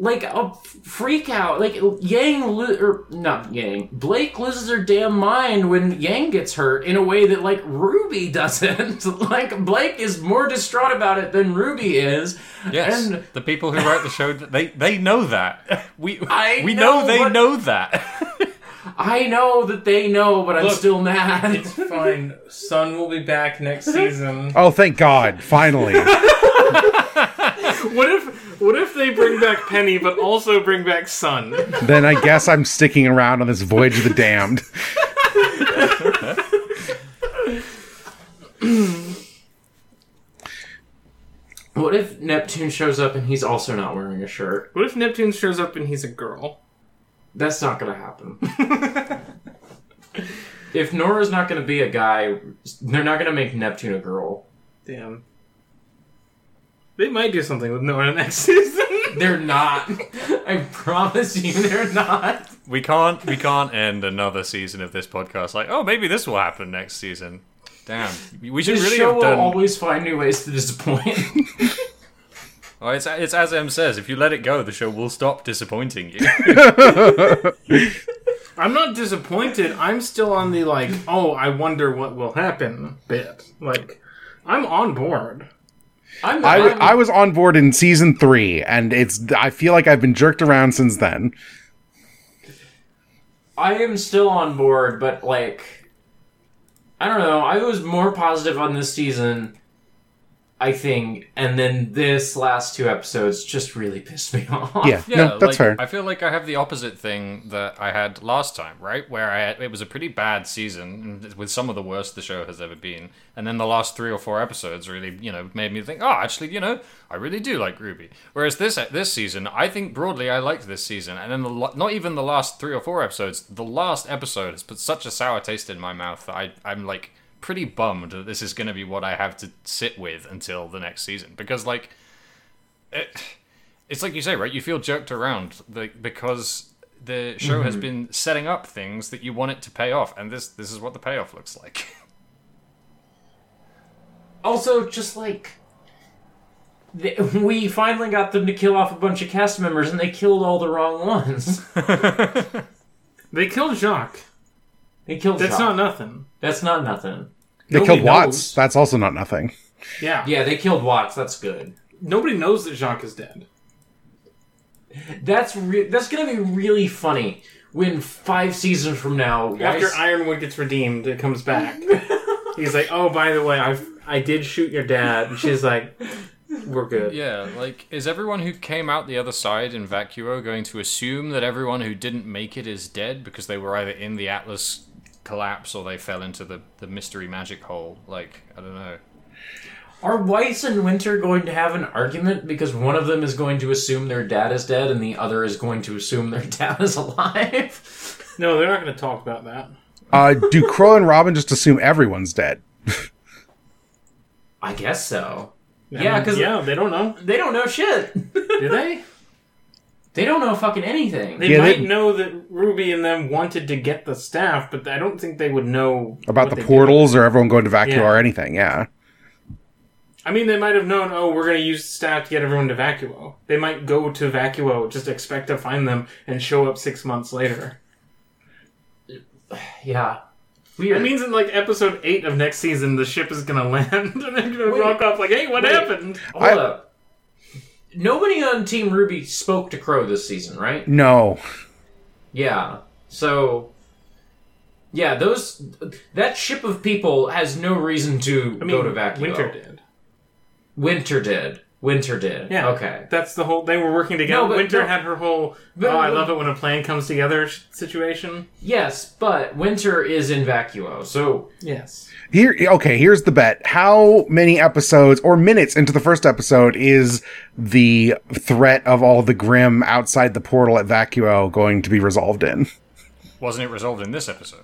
Speaker 1: like a freak out. Like Yang lo- or not Yang. Blake loses her damn mind when Yang gets hurt in a way that like Ruby <laughs> doesn't. like Blake is more distraught about it than Ruby is.
Speaker 3: Yes,
Speaker 1: And
Speaker 3: the people who wrote the show they they know that we
Speaker 1: I
Speaker 3: we know,
Speaker 1: know,
Speaker 3: they
Speaker 1: but-
Speaker 3: know that.
Speaker 1: I know that they know, but I'm
Speaker 2: Look,
Speaker 1: still mad. <laughs>
Speaker 2: It's fine. Sun will be back <laughs> next season.
Speaker 4: Oh, thank God! Finally,
Speaker 1: <laughs>
Speaker 2: What if what if they bring back Penny but also bring back Sun?
Speaker 4: then I guess I'm sticking around on this voyage of the damned.
Speaker 1: What if Neptune shows up and he's also not wearing a shirt?
Speaker 2: What if Neptune shows up and he's a girl?
Speaker 1: That's not gonna happen. if Nora's not gonna be a guy, they're not gonna make Neptune a girl.
Speaker 2: Damn. They might do something with Nora next <laughs> season.
Speaker 1: They're not. I promise you, they're not.
Speaker 3: We can't we can't end another season of this podcast like, oh maybe this will happen next season. Damn. We should
Speaker 1: This
Speaker 3: really
Speaker 1: show
Speaker 3: have done
Speaker 1: will always find new ways to disappoint.
Speaker 3: oh, it's, it's as Em says, if you let it go, the show will stop disappointing you.
Speaker 2: I'm not disappointed. I'm still on the like, oh, I wonder what will happen bit. Like, I'm on board.
Speaker 1: I'm,
Speaker 4: I,
Speaker 1: I'm-
Speaker 4: I was on board in season three, and it's I feel like I've been jerked around since then.
Speaker 1: I am still on board, but like, I don't know. I was more positive on this season, I think, and then this last two episodes just really pissed me <laughs> off.
Speaker 4: Yeah, no, that's
Speaker 3: like,
Speaker 4: fair.
Speaker 3: I feel like I have the opposite thing that I had last time, right? Where I had, it was a pretty bad season and with some of the worst the show has ever been, and then the last three or four episodes really, you know, made me think, oh, actually, you know, I really do like Ruby. Whereas this uh, this season, I think broadly I liked this season, and then the la- not even the last three or four episodes, the last episode has put such a sour taste in my mouth that I I'm like pretty bummed that this is going to be what I have to sit with until the next season because like it's like you say, right? You feel jerked around like, because the show has been setting up things that you want it to pay off, and this this is what the payoff looks like. <laughs>
Speaker 1: Also, just like th- <laughs> we finally got them to kill off a bunch of cast members, and they killed all the wrong ones. <laughs>
Speaker 2: They killed Jacques.
Speaker 1: They killed.
Speaker 2: That's
Speaker 1: Jacques.
Speaker 2: not nothing.
Speaker 1: That's not nothing.
Speaker 4: They
Speaker 2: Nobody
Speaker 4: killed Watts.
Speaker 2: knows.
Speaker 4: That's also not nothing.
Speaker 2: Yeah.
Speaker 1: Yeah, they killed Watts. That's good.
Speaker 2: Nobody knows that Jacques is dead.
Speaker 1: That's re- that's gonna be really funny when five seasons from now,
Speaker 2: After
Speaker 1: Weiss-
Speaker 2: Ironwood gets redeemed, it
Speaker 1: <laughs>
Speaker 2: comes back. He's like, oh, by the way, I I did shoot your dad. And she's like, we're good.
Speaker 3: yeah, like is everyone who came out the other side in vacuo going to assume that everyone who didn't make it is dead because they were either in the Atlas collapse or they fell into the the mystery magic hole? Like I don't know.
Speaker 1: Are Weiss and Winter going to have an argument because one of them is going to assume their dad is dead and the other is going to assume their <laughs> dad is alive?
Speaker 2: No, they're not going to talk about that.
Speaker 4: Uh, do Crow and Robin just assume everyone's dead?
Speaker 1: I guess so.
Speaker 2: I
Speaker 1: yeah,
Speaker 2: mean,
Speaker 1: because
Speaker 2: yeah, they don't know.
Speaker 1: they don't know shit. <laughs>
Speaker 2: Do they?
Speaker 1: they don't know fucking anything.
Speaker 2: They
Speaker 4: Yeah,
Speaker 2: might
Speaker 4: they-
Speaker 2: know that Ruby and them wanted to get the staff, but I don't think they would know
Speaker 4: About
Speaker 2: what
Speaker 4: the
Speaker 2: they
Speaker 4: portals or everyone going to vacuum
Speaker 2: Yeah.
Speaker 4: or anything? Yeah.
Speaker 2: did. I mean, they might have known. Oh, we're going to use the staff to get everyone to Vacuo. They might go to Vacuo, just expect to find them, and show up six months later.
Speaker 1: Yeah. Weird.
Speaker 2: It means in like episode eight of next season, the ship is going to <laughs> land, and they're going to
Speaker 1: Wait.
Speaker 2: rock off like, "Hey, what
Speaker 1: Wait.
Speaker 2: happened?"
Speaker 1: Hold
Speaker 4: I-
Speaker 1: up. Nobody on Team Ruby spoke to Crow this season, right?
Speaker 4: No.
Speaker 1: Yeah. So. Yeah, those that ship of people has no reason to
Speaker 2: I mean,
Speaker 1: go to vacuum.
Speaker 2: Winter did.
Speaker 1: Winter did. Winter did.
Speaker 2: Yeah.
Speaker 1: Okay.
Speaker 2: That's the whole. They were working together.
Speaker 1: No, but-
Speaker 2: Winter
Speaker 1: no.
Speaker 2: had her whole.
Speaker 1: But-
Speaker 2: oh, I
Speaker 1: but-
Speaker 2: love it when a plan comes together sh- situation.
Speaker 1: Yes, but Winter is in vacuo, so
Speaker 2: Yes.
Speaker 4: Here, okay. Here's the bet: How many episodes or minutes into the first episode is the threat of all the grim outside the portal at Vacuo going to be resolved in?
Speaker 3: Wasn't it resolved in this episode?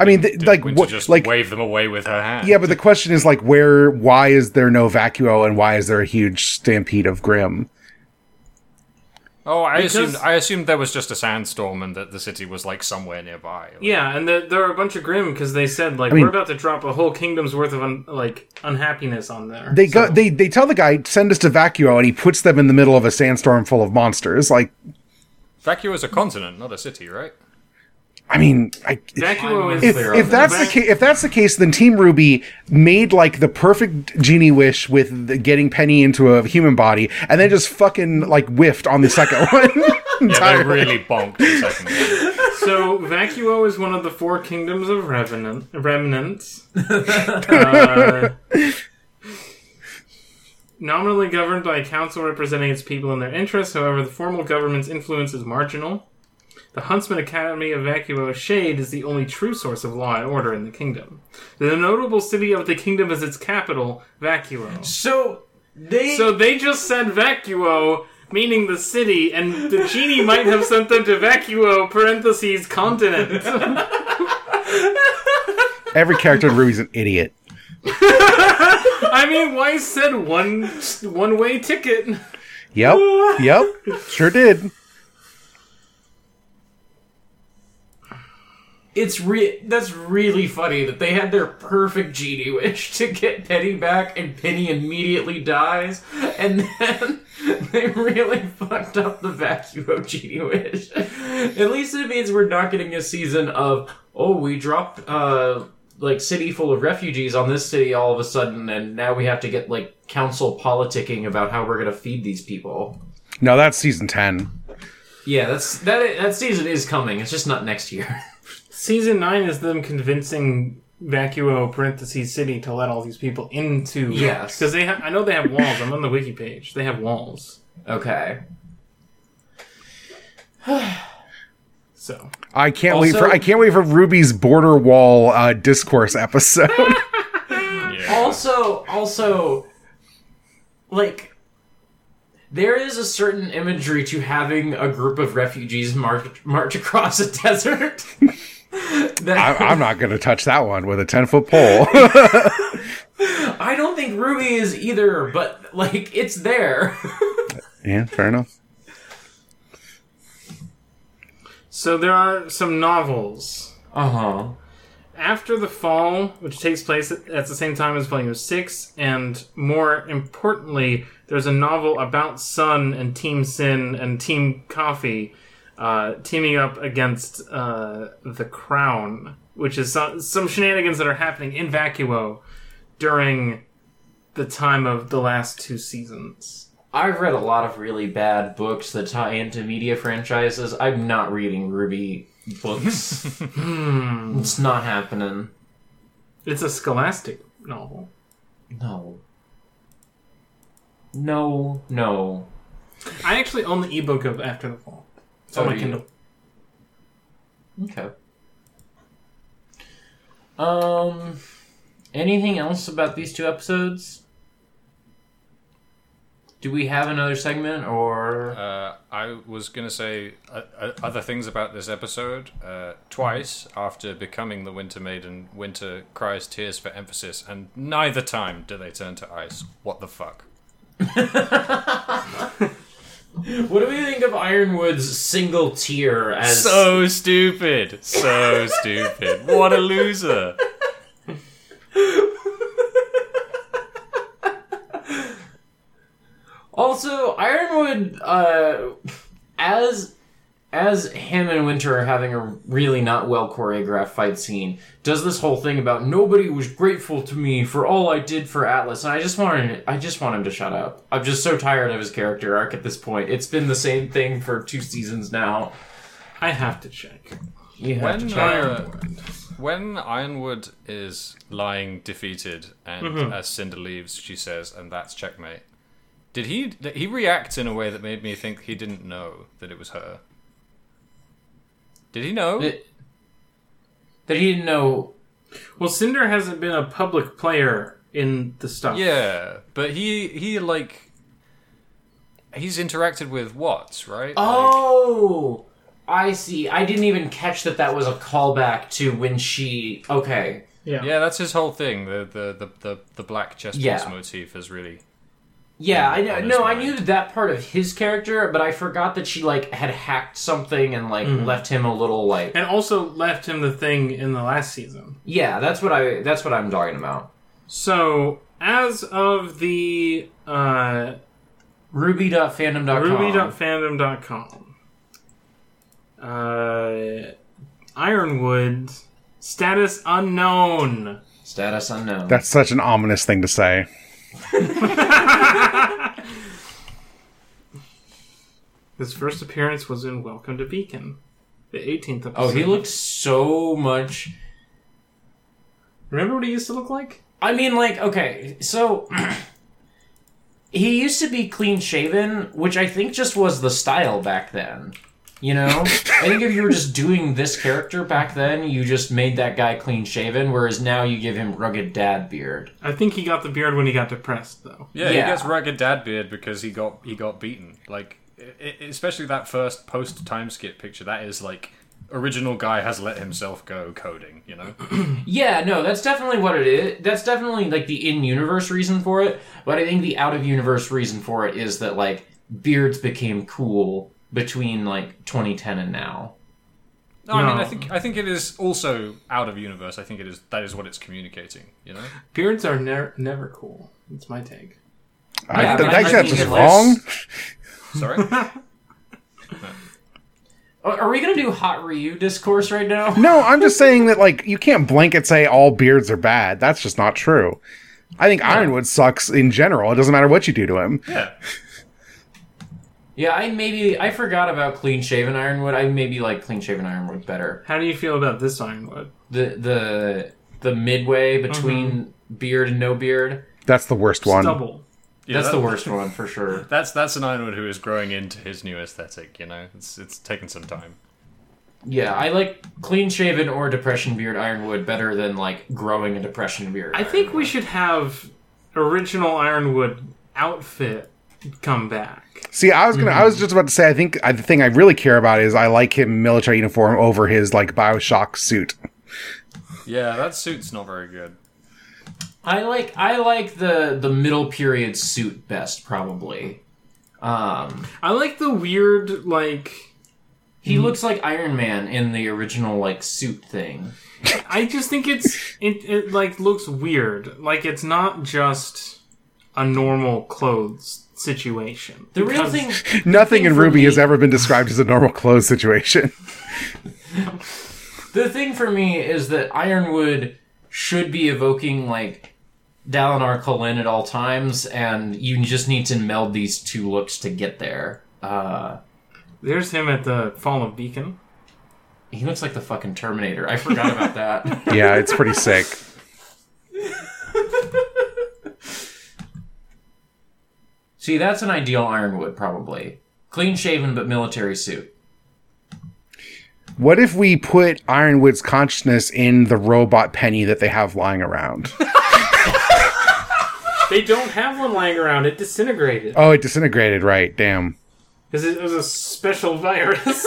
Speaker 4: I mean, th-
Speaker 3: Did
Speaker 4: like
Speaker 3: Winter
Speaker 4: what?
Speaker 3: just
Speaker 4: Like
Speaker 3: wave them away with her hand?
Speaker 4: yeah, but the question is like, where? Why is there no Vacuo, and why is there a huge stampede of grim?
Speaker 3: Oh, I
Speaker 2: Because-
Speaker 3: assumed I assumed there was just a sandstorm and that the city was like somewhere nearby.
Speaker 2: Yeah, and the, there are a bunch of grim because they said like
Speaker 4: mean-
Speaker 2: we're about to drop a whole kingdom's worth of un, like unhappiness on there.
Speaker 4: They go. They they tell the guy send us to Vacuo, and he puts them in the middle of a sandstorm full of monsters. Like,
Speaker 3: Vacuo is a continent, not a city, right?
Speaker 4: I mean, I,
Speaker 2: Vacuo is
Speaker 4: if,
Speaker 1: clear
Speaker 4: if
Speaker 1: on
Speaker 4: that's the
Speaker 2: that.
Speaker 4: case, if that's the case, then Team Ruby made like the perfect genie wish with the, getting Penny into a human body, and then just fucking like whiffed on
Speaker 3: <laughs>
Speaker 4: the second one.
Speaker 3: Yeah, <laughs> they
Speaker 4: entirely.
Speaker 3: really bonked the second one.
Speaker 2: so Vacuo is one of the four kingdoms of revenant remnants. Uh, Nominally governed by a council representing its people and their interests, however, the formal government's influence is marginal. The Huntsman Academy of Vacuo Shade is the only true source of law and order in the kingdom. The notable city of the kingdom is its capital, Vacuo.
Speaker 1: so they
Speaker 2: So they just said vacuo, meaning the city, and the genie might have sent them to vacuo, parentheses, continent.
Speaker 4: Every character in Ruby's an idiot.
Speaker 2: I mean, why said one one way ticket?
Speaker 4: Yep. Yep. Sure did.
Speaker 1: It's re- that's really funny that they had their perfect genie wish to get Penny back, and Penny immediately dies, and then <laughs> they really fucked up the vacuum of genie wish. At least it means we're not getting a season of oh we dropped uh like city full of refugees on this city all of a sudden, and now we have to get like council politicking about how we're gonna feed these people.
Speaker 4: No, that's season 10.
Speaker 1: Yeah, that's that that season is coming. It's just not next year. <laughs>
Speaker 2: Season nine is them convincing Vacuo parentheses city to let all these people into.
Speaker 1: Yes.
Speaker 2: because they ha- I know they have walls. I'm on the wiki page. They have walls.
Speaker 1: okay.
Speaker 2: So
Speaker 4: I can't wait
Speaker 1: Also-
Speaker 4: for I can't wait for Ruby's border wall uh, discourse episode. <laughs>
Speaker 1: also also like there is a certain imagery to having a group of refugees march march across a <laughs> desert that
Speaker 4: I, I'm not going to touch that one with a ten foot pole. <laughs>
Speaker 1: I don't think Ruby is either, but like it's there. <laughs>
Speaker 4: yeah, fair enough.
Speaker 2: so there are some novels.
Speaker 1: Uh
Speaker 4: Uh-huh.
Speaker 1: huh.
Speaker 2: After the Fall, which takes place at at the same time as Volume 6, and more importantly, there's a novel about Sun and Team Sin and Team Coffee uh, teaming up against uh, the Crown, which is some, some shenanigans that are happening in Vacuo during the time of the last two seasons.
Speaker 1: I've read a lot of really bad books that tie into media franchises. I'm not reading Ruby
Speaker 4: <laughs>
Speaker 1: books. Hmm, it's not happening.
Speaker 2: It's a scholastic novel.
Speaker 1: No. No, no.
Speaker 2: I actually own the ebook of After the Fall. It's
Speaker 1: Oh,
Speaker 2: on my
Speaker 1: you-
Speaker 2: Kindle.
Speaker 1: Okay. Um, anything else about these two episodes? Do we have another segment, or
Speaker 3: <laughs> Uh, I was going to say uh, uh, other things about this episode. Uh, twice, after becoming the Winter Maiden, Winter cries tears for emphasis, and neither time do they turn to ice. What the fuck?
Speaker 1: what do we think of Ironwood's single tear as
Speaker 3: So stupid! So stupid! What a loser!
Speaker 1: Also, Ironwood, uh, as as him and Winter are having a really not well choreographed fight scene, does this whole thing about nobody was grateful to me for all I did for Atlas, and I just wanted, I just want him to shut up. I'm just so tired of his character arc at this point. It's been the same thing for two seasons now.
Speaker 2: I have to check.
Speaker 1: You have to
Speaker 3: When,
Speaker 1: try.
Speaker 3: uh, when Ironwood is lying defeated, and as Cinder leaves, she says, "And that's checkmate." Did he? Did he reacts in a way that made me think he didn't know that it was her. Did he know?
Speaker 1: That- that he didn't know.
Speaker 2: Well, Cinder hasn't been a public player in the stuff.
Speaker 3: yeah, but he he like he's interacted with Watts, right?
Speaker 1: Oh, I see. I didn't even catch that. That was a callback to when she. Okay.
Speaker 2: yeah.
Speaker 3: Like, yeah, that's his whole thing. The the the the, the black chess piece
Speaker 1: Yeah.
Speaker 3: motif is really
Speaker 1: Yeah, I
Speaker 3: on
Speaker 1: know.
Speaker 3: his
Speaker 1: No, I
Speaker 3: mind.
Speaker 1: knew that part of his character, but I forgot that she like had hacked something and like left him a little like.
Speaker 2: And also left him the thing in the last season.
Speaker 1: Yeah, that's what I. That's what I'm talking about.
Speaker 2: So, as of the uh,
Speaker 1: Ruby.fandom.com.
Speaker 2: ruby.fandom.com, uh, Ironwood, status unknown.
Speaker 1: Status unknown.
Speaker 4: That's such an ominous thing to say.
Speaker 2: His first appearance was in Welcome to Beacon, the 18th episode.
Speaker 1: oh, he looked so much.
Speaker 2: Remember what he used to look like?
Speaker 1: I mean, like, okay, so <clears throat> he used to be clean shaven, which I think just was the style back then. You know, I think if you were just doing this character back then, you just made that guy clean shaven, whereas now you give him rugged dad beard.
Speaker 2: I think he got the beard when he got depressed, though.
Speaker 3: Yeah, he
Speaker 1: Yeah.
Speaker 3: gets ragged dad beard because he got he got beaten. Like i i- especially that first post time skip picture. That is like original guy has let himself go coding. You <laughs> know,
Speaker 1: Yeah, no, that's definitely what it is. That's definitely like the in universe reason for it. But I think the out of universe reason for it is that like beards became cool between like 2010 and now.
Speaker 3: No, I mean,
Speaker 2: No.
Speaker 3: I think I think it is also out of universe. I think it is that is what it's communicating. You <laughs> know,
Speaker 2: Beards are ne- never cool. That's my take.
Speaker 4: I,
Speaker 1: Yeah,
Speaker 4: th-
Speaker 1: but I
Speaker 4: think
Speaker 1: think
Speaker 4: that's just
Speaker 1: it lists-
Speaker 4: wrong.
Speaker 3: sorry.
Speaker 1: Are are we gonna do hot Ryu discourse right now?
Speaker 4: No, I'm just saying that like you can't blanket say all beards are bad. That's just not true. I think Ironwood sucks in general. It doesn't matter what you do to him.
Speaker 3: yeah,
Speaker 1: Yeah, I maybe I forgot about clean shaven Ironwood. I maybe like clean shaven Ironwood better.
Speaker 2: How do you feel about this Ironwood?
Speaker 1: The the the midway between beard and no beard.
Speaker 4: That's the worst one.
Speaker 2: Stubble.
Speaker 3: Yeah,
Speaker 1: that's
Speaker 3: that-
Speaker 1: the worst one for sure.
Speaker 3: That's that's an Ironwood who is growing into his new aesthetic. You know, it's it's taken some time.
Speaker 1: Yeah, I like clean shaven or depression beard Ironwood better than like growing a depression beard.
Speaker 2: I think we should have original Ironwood outfit come back.
Speaker 4: See, I was gonna, I
Speaker 1: Mm-hmm.
Speaker 4: was just about to say, I think I, the thing I really care about is I like him military uniform over his like Bioshock suit.
Speaker 3: Yeah, <laughs> that suit's not very good.
Speaker 1: I like I like the the middle period suit best probably. Um,
Speaker 2: I like the weird like
Speaker 1: he looks like Iron Man in the original like suit thing.
Speaker 2: I just think it's it, it like looks weird. Like it's not just a normal clothes situation.
Speaker 1: The real
Speaker 2: Because-
Speaker 1: thing,
Speaker 4: Nothing in
Speaker 1: for
Speaker 4: Ruby
Speaker 1: me-
Speaker 4: has ever been described as a normal clothes situation.
Speaker 1: the thing for me is that Ironwood should be evoking like Dalinar Colin at all times, and you just need to meld these two looks to get there. Uh,
Speaker 2: There's him at the Fall of Beacon.
Speaker 1: he looks like the fucking Terminator. I forgot about that.
Speaker 4: <laughs> yeah, it's pretty sick.
Speaker 1: See, that's an ideal Ironwood probably. Clean shaven but military suit.
Speaker 4: What if we put Ironwood's consciousness in the robot penny that they have lying around?
Speaker 2: They don't have one lying around. It disintegrated.
Speaker 4: Oh, it disintegrated, right? Damn.
Speaker 2: Because it was a special <laughs> virus.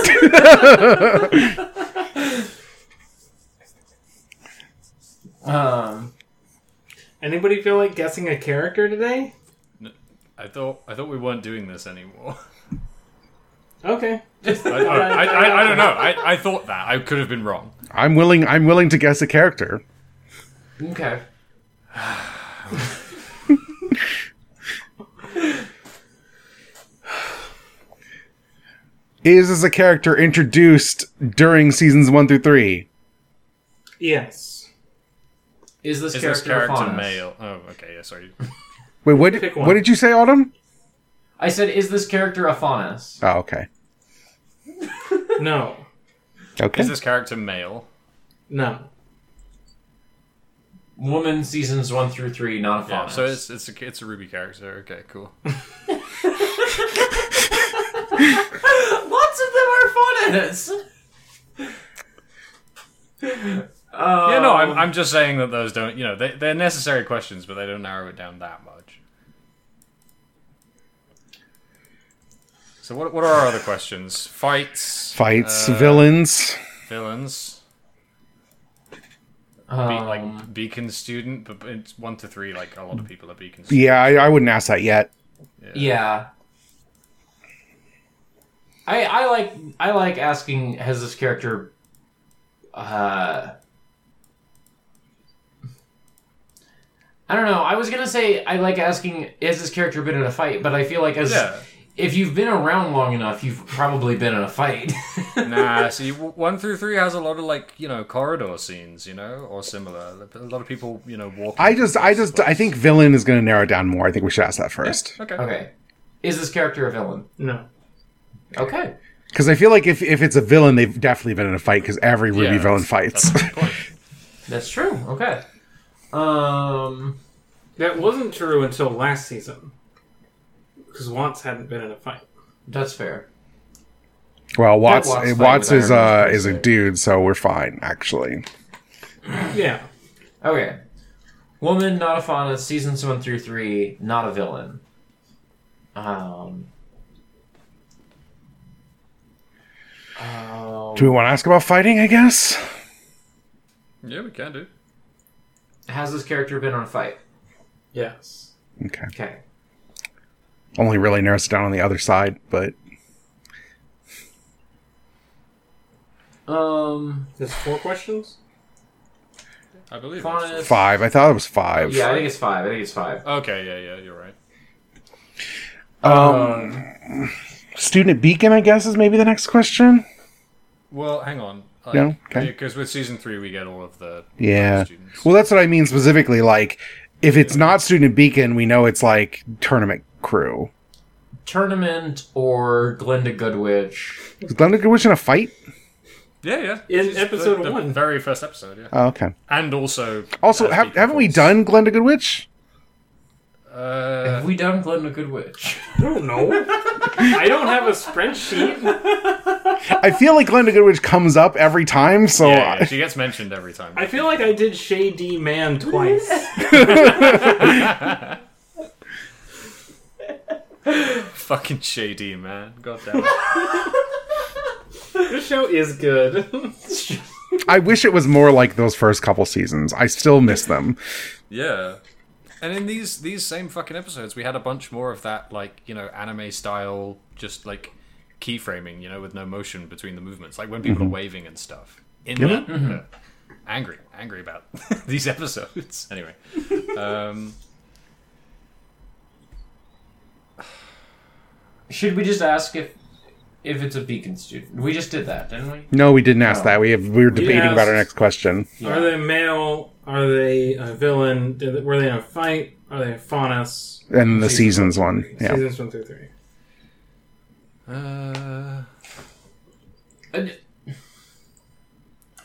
Speaker 1: Um,
Speaker 2: Anybody feel like guessing a character today?
Speaker 3: I thought I thought we weren't doing this <laughs> anymore.
Speaker 2: Okay.
Speaker 3: I, I, I, I don't know. I, I thought that I could have been wrong.
Speaker 4: I'm willing. I'm willing to guess a character.
Speaker 1: okay.
Speaker 4: Is as a character introduced during seasons one through three?
Speaker 2: Yes.
Speaker 1: Is this
Speaker 3: Is
Speaker 1: character,
Speaker 3: this character
Speaker 1: Faunus?
Speaker 3: male? Oh, okay. Yeah, sorry.
Speaker 4: Wait, what? Did,
Speaker 2: Pick one.
Speaker 4: what did you say, Autumn?
Speaker 1: I said, is this character a Faunus?
Speaker 4: Oh, okay.
Speaker 2: No.
Speaker 4: Okay.
Speaker 3: Is this character <laughs> male?
Speaker 2: No.
Speaker 1: Woman seasons one through three, not a Faunus.
Speaker 3: Yeah. So it's it's a it's a Ruby character. Okay, cool.
Speaker 1: <laughs> Lots of them are Faunus!
Speaker 3: <laughs> yeah, no,
Speaker 1: Um,
Speaker 3: I'm, I'm just saying that those don't. You know, they, they're necessary questions, but they don't narrow it down that much. So what what are our other questions? Fights,
Speaker 4: Fights,
Speaker 3: uh,
Speaker 4: villains.
Speaker 3: villains. Be,
Speaker 1: Um,
Speaker 3: like beacon student, but but it's one to three. Like a lot of people are beacon. Student.
Speaker 4: Yeah, I, I wouldn't ask that yet.
Speaker 1: yeah. I I like I like asking has this character uh I don't know. I was gonna say I like asking has this character been in a fight, but I feel like as
Speaker 3: Yeah.
Speaker 1: if you've been around long enough, you've probably been in a fight.
Speaker 3: Nah, see, w- one through three has a lot of like you know corridor scenes, you know, or similar. A lot of people, you know, walking.
Speaker 4: I just, I just, I think villain is going to narrow it down more. I think we should ask that first
Speaker 3: Okay.
Speaker 1: okay, is this character a villain?
Speaker 2: No.
Speaker 1: Okay,
Speaker 4: because I feel like if if it's a villain, they've definitely been in a fight because every Ruby
Speaker 3: Yeah,
Speaker 4: villain
Speaker 3: that's-
Speaker 4: fights.
Speaker 3: that's a good point.
Speaker 1: that's true. Okay, um,
Speaker 2: That wasn't true until last season. Because Wants hadn't been in a fight.
Speaker 1: that's fair.
Speaker 4: <laughs> well, Watts,
Speaker 1: Watts
Speaker 4: eh,
Speaker 1: fight
Speaker 4: Watts
Speaker 1: with
Speaker 4: is
Speaker 1: Iron
Speaker 4: uh
Speaker 1: Man's
Speaker 4: is a
Speaker 1: pretty sick.
Speaker 4: dude, so we're fine actually.
Speaker 2: Yeah.
Speaker 1: Okay. Woman, not a fauna, seasons one through three, not a villain. Um. um,
Speaker 4: Do we want to ask about fighting? I guess.
Speaker 3: Yeah, we can do.
Speaker 1: has this character been on a fight?
Speaker 2: Yes.
Speaker 4: Okay.
Speaker 1: Okay.
Speaker 4: Only really narrows it down on the other side, but
Speaker 1: Um,
Speaker 2: There's four questions?
Speaker 3: I believe. that's-
Speaker 1: Faunus.
Speaker 4: five. I thought it was five.
Speaker 1: Yeah, I think it's five. I think it's five.
Speaker 3: Okay, yeah, yeah, you're right.
Speaker 1: Um,
Speaker 4: Student at Beacon, I guess, is maybe the next question.
Speaker 3: Well, hang on. Like,
Speaker 4: No? Okay.
Speaker 3: Because with season three, we get all of the
Speaker 4: Yeah.
Speaker 3: students.
Speaker 4: Well, that's what I mean specifically. Like, if it's not Student at Beacon, we know it's like tournament crew.
Speaker 1: tournament or Glinda Goodwitch.
Speaker 4: Is Glenda Goodwitch in a fight?
Speaker 3: yeah, yeah.
Speaker 2: In
Speaker 3: She's
Speaker 2: episode
Speaker 3: the- the
Speaker 2: one.
Speaker 3: very first episode, yeah.
Speaker 4: Oh, okay.
Speaker 3: and also,
Speaker 4: Also,
Speaker 3: as
Speaker 4: have,
Speaker 3: Deacon
Speaker 4: haven't we
Speaker 3: Force.
Speaker 4: done Glenda Goodwitch?
Speaker 3: Uh,
Speaker 1: Have we done Glinda Goodwitch?
Speaker 2: I don't know. <laughs> I don't have a spreadsheet.
Speaker 4: I feel like Glenda Goodwitch comes up every time, so
Speaker 3: yeah, yeah,
Speaker 4: Oh, I-
Speaker 3: she gets mentioned every time.
Speaker 2: I feel like I did Shady Man twice.
Speaker 3: <laughs>
Speaker 2: <laughs>
Speaker 3: Fucking shady man. God damn. it.
Speaker 2: this show is good. <laughs>
Speaker 4: I wish it was more like those first couple seasons. I still miss them.
Speaker 3: yeah. And in these these same fucking episodes, we had a bunch more of that like you know anime style, just like keyframing, you know, with no motion between the movements, like when people are waving and stuff. In that, uh, angry, angry about <laughs> these episodes. <laughs> Anyway, um,
Speaker 1: Should we just ask if if it's a Beacon student? We just did that, didn't we?
Speaker 4: No, we didn't ask
Speaker 1: No.
Speaker 4: that. We have, we were debating about
Speaker 2: asked-
Speaker 4: our next question.
Speaker 2: Are they male? Are they a villain? Did, were they in a fight? Are they faunus?
Speaker 4: And the seasons one. Yeah.
Speaker 2: Seasons one through three.
Speaker 3: uh,
Speaker 1: Uh,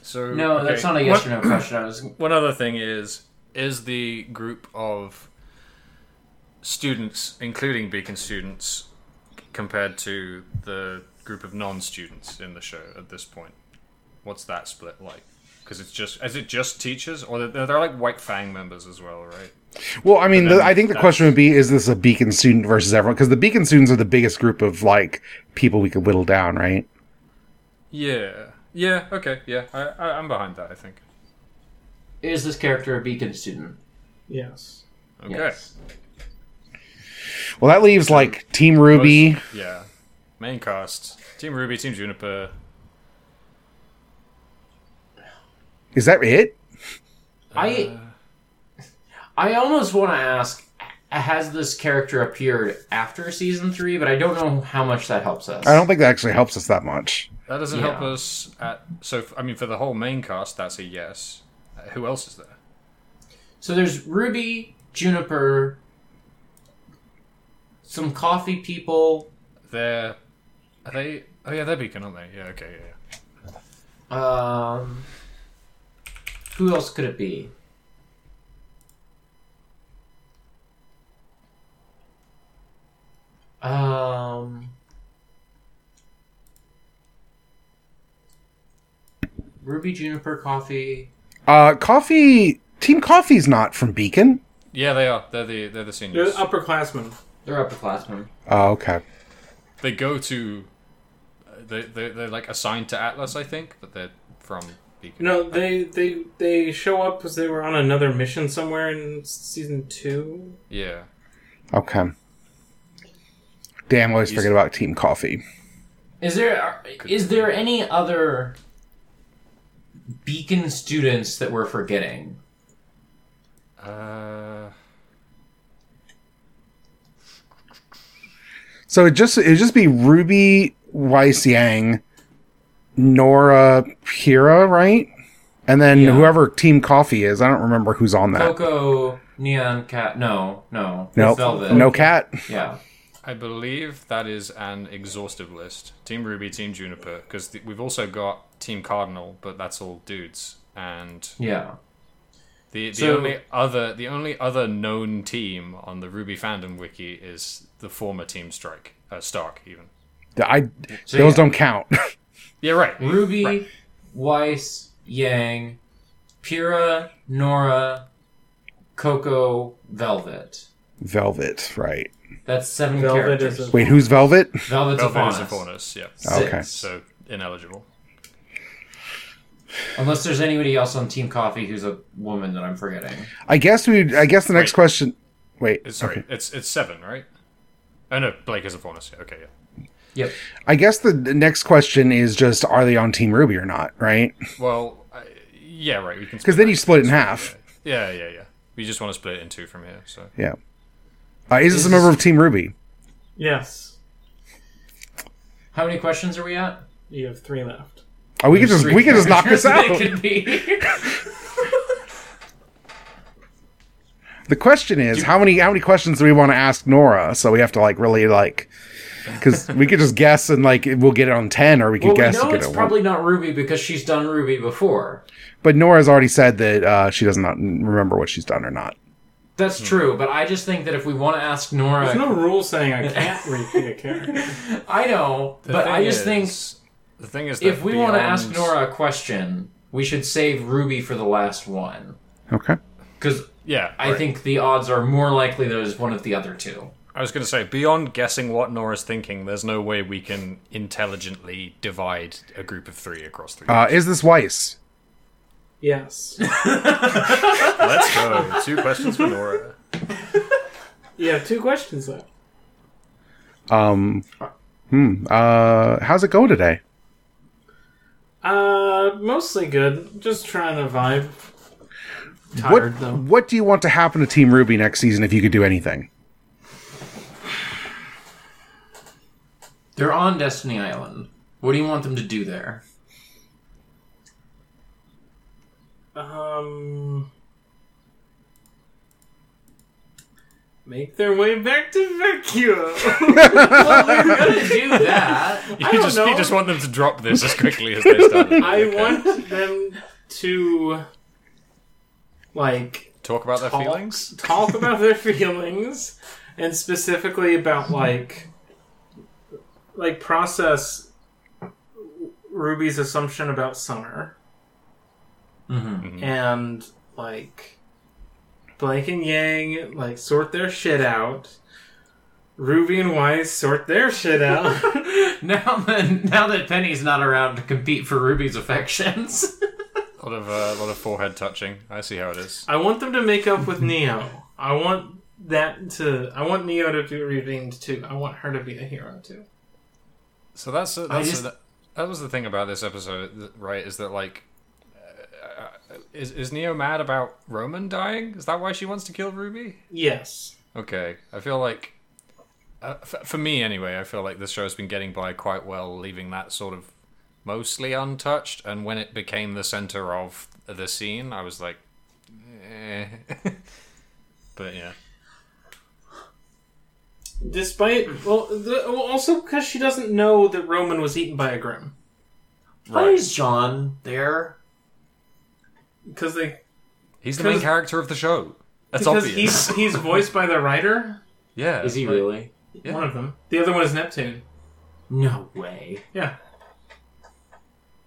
Speaker 3: so
Speaker 1: No,
Speaker 3: okay.
Speaker 1: that's not a yes
Speaker 3: What-
Speaker 1: or no question. I was
Speaker 3: One other thing is is the group of students, including Beacon students, compared to the group of non-students in the show at this point. What's that split like? Because it's just is it just teachers or they're, they're like White Fang members as well, right?
Speaker 4: Well, I mean,
Speaker 3: But
Speaker 4: the,
Speaker 3: then
Speaker 4: I think the
Speaker 3: that's-
Speaker 4: question would be: Is this a Beacon student versus everyone? Because the Beacon students are the biggest group of like people we could whittle down, right?
Speaker 3: Yeah. Yeah. Okay. Yeah. I, I, I'm behind that. I think.
Speaker 1: is this character a Beacon student?
Speaker 2: Yes.
Speaker 3: Okay.
Speaker 1: Yes.
Speaker 4: Well, that leaves like Team Ruby.
Speaker 3: Most- yeah. Main cast: Team Ruby, Team Juniper.
Speaker 4: Is that it?
Speaker 3: Uh,
Speaker 1: I I almost want to ask: Has this character appeared after season three? But I don't know how much that helps us.
Speaker 4: I don't think that actually helps us that much.
Speaker 3: That doesn't
Speaker 1: Yeah.
Speaker 3: help us at so f- I mean for the whole main cast that's a yes. Uh, who else is there?
Speaker 1: So there's Ruby, Juniper, some coffee people.
Speaker 3: They're are they oh yeah they're Beacon aren't they? Yeah okay yeah. yeah.
Speaker 1: Um, who else could it be? Um, Ruby, Juniper, coffee.
Speaker 4: Uh, Coffee Team Coffee's not from Beacon.
Speaker 3: Yeah they are they're the they're the
Speaker 2: They're
Speaker 3: seniors.
Speaker 2: the upperclassmen.
Speaker 1: They're upperclassmen.
Speaker 4: Oh, okay.
Speaker 3: They go to uh, they they they're like assigned to Atlas I think but they're from Beacon.
Speaker 2: No, they they they show up because they were on another mission somewhere in season two.
Speaker 3: Yeah.
Speaker 4: Okay. Damn, I always forget about Team Coffee.
Speaker 1: Is there are- is there any other Beacon students that we're forgetting?
Speaker 3: Uh,
Speaker 4: So it just it'd just be Ruby Weiss Yang, Nora Pira, right? And then
Speaker 1: Yeah.
Speaker 4: whoever Team Coffee is, I don't remember who's on that.
Speaker 1: Coco, Neon Cat. No, no.
Speaker 4: No,
Speaker 1: Velvet.
Speaker 4: no cat.
Speaker 1: Yeah.
Speaker 3: I believe that is an exhaustive list. Team Ruby, Team Juniper because th- we've also got Team Cardinal but that's all dudes and
Speaker 1: Yeah.
Speaker 3: The the
Speaker 1: So-
Speaker 3: only other the only other known team on the Ruby fandom wiki is the former Team Strike uh, Stark even.
Speaker 4: I
Speaker 1: So,
Speaker 4: those
Speaker 1: yeah.
Speaker 4: don't count. <laughs>
Speaker 3: Yeah, right.
Speaker 1: Ruby,
Speaker 3: Right.
Speaker 1: Weiss, Yang, Pira, Nora, Coco, Velvet.
Speaker 4: Velvet, right?
Speaker 1: That's seven
Speaker 2: Velvet
Speaker 1: characters.
Speaker 2: is a-
Speaker 4: Wait, who's Velvet?
Speaker 1: Velvet's
Speaker 3: Belfast
Speaker 1: a
Speaker 3: and
Speaker 1: faunus.
Speaker 3: Faunus, yeah.
Speaker 1: Six.
Speaker 4: Okay.
Speaker 3: So ineligible.
Speaker 1: Unless there's anybody else on Team Coffee who's a woman that I'm forgetting.
Speaker 4: I guess we. I guess the next
Speaker 3: Wait.
Speaker 4: question. Wait,
Speaker 3: It's, sorry, it's it's seven, right? Oh no, Blake is upon us. Yeah, Okay, yeah.
Speaker 1: Yep.
Speaker 4: I guess the the next question is just are they on Team Ruby or not, right?
Speaker 3: Well, I, yeah, right. We can
Speaker 4: Because then you split it in half.
Speaker 3: Yeah, yeah, yeah. We just want to split it in two from here. So
Speaker 4: Yeah. Uh, is this a member of Team Ruby?
Speaker 2: Yes.
Speaker 1: How many questions are we at?
Speaker 2: You have three left.
Speaker 4: Oh, we can just
Speaker 1: Three
Speaker 4: we can just knock this
Speaker 1: characters
Speaker 4: out.
Speaker 1: that could be.
Speaker 4: The question is how many how many questions do we want to ask Nora? So we have to like really like because we could just guess and like we'll get it on ten or we could
Speaker 1: well, we
Speaker 4: guess and
Speaker 1: know
Speaker 4: get it
Speaker 1: it's
Speaker 4: on one.
Speaker 1: probably not Ruby because she's done Ruby before.
Speaker 4: But Nora's already said that uh, she does not remember what she's done or not.
Speaker 1: That's true, but I just think that if we want to ask Nora,
Speaker 2: There's no rule saying I <laughs> can't repeat a character.
Speaker 1: I know,
Speaker 3: The
Speaker 1: but
Speaker 3: thing
Speaker 1: I just think
Speaker 3: is- the thing is, that
Speaker 1: if we want to ask
Speaker 3: beyond-
Speaker 1: Nora a question, we should save Ruby for the last one
Speaker 4: Okay.
Speaker 1: because
Speaker 3: yeah,
Speaker 1: I
Speaker 3: right.
Speaker 1: think the odds are more likely that it's one of the other two.
Speaker 3: I was going to say beyond guessing what Nora's thinking, there's no way we can intelligently divide a group of three across three.
Speaker 4: Uh, is this Weiss?
Speaker 2: Yes.
Speaker 3: Let's go. two questions for Nora.
Speaker 2: <laughs> You have two questions left.
Speaker 4: Um, hmm. Uh, how's it going today?
Speaker 2: Uh, mostly good. Just trying to vibe. Tired
Speaker 4: What
Speaker 2: though.
Speaker 4: What do you want to happen to Team Ruby next season if you could do anything?
Speaker 1: They're on Destiny Island. What do you want them to do there?
Speaker 2: Um, make their way back to Vecchio.
Speaker 1: Do that. <laughs>
Speaker 3: You
Speaker 2: don't
Speaker 3: just
Speaker 2: know.
Speaker 3: you just want them to drop this as quickly as they started.
Speaker 2: I
Speaker 3: Okay.
Speaker 2: want them to like
Speaker 3: talk about their
Speaker 2: talk,
Speaker 3: feelings.
Speaker 2: talk about their feelings, and specifically about like like process Ruby's assumption about Summer. and like Blake and Yang like sort their shit out. Ruby and Wise sort their shit out.
Speaker 1: Now that now that Penny's not around to compete for Ruby's affections,
Speaker 3: A lot of uh, a lot of forehead touching. I see how it is.
Speaker 2: I want them to make up with Neo. I want that to. I want Neo to be redeemed too. I want her to be a hero too.
Speaker 3: So that's, uh, that's
Speaker 1: just-
Speaker 3: that, that was the thing about this episode, th- right? Is that like, uh, is is Neo mad about Roman dying? Is that why she wants to kill Ruby?
Speaker 2: Yes.
Speaker 3: Okay, I feel like, uh, f- for me anyway, I feel like this show has been getting by quite well, leaving that sort of mostly untouched. And when it became the center of the scene, I was like, eh. <laughs> but yeah,
Speaker 2: Despite well, the, well also because she doesn't know that Roman was eaten by a Grim
Speaker 1: why is John there?
Speaker 2: because they
Speaker 3: he's the main
Speaker 2: 'Cause-
Speaker 3: character of the show. That's
Speaker 2: because
Speaker 3: obvious.
Speaker 2: he's he's voiced by the writer.
Speaker 3: <laughs> yeah,
Speaker 1: Is he
Speaker 3: like-
Speaker 1: really?
Speaker 2: One of them. The other one is Neptune.
Speaker 1: No way.
Speaker 2: Yeah.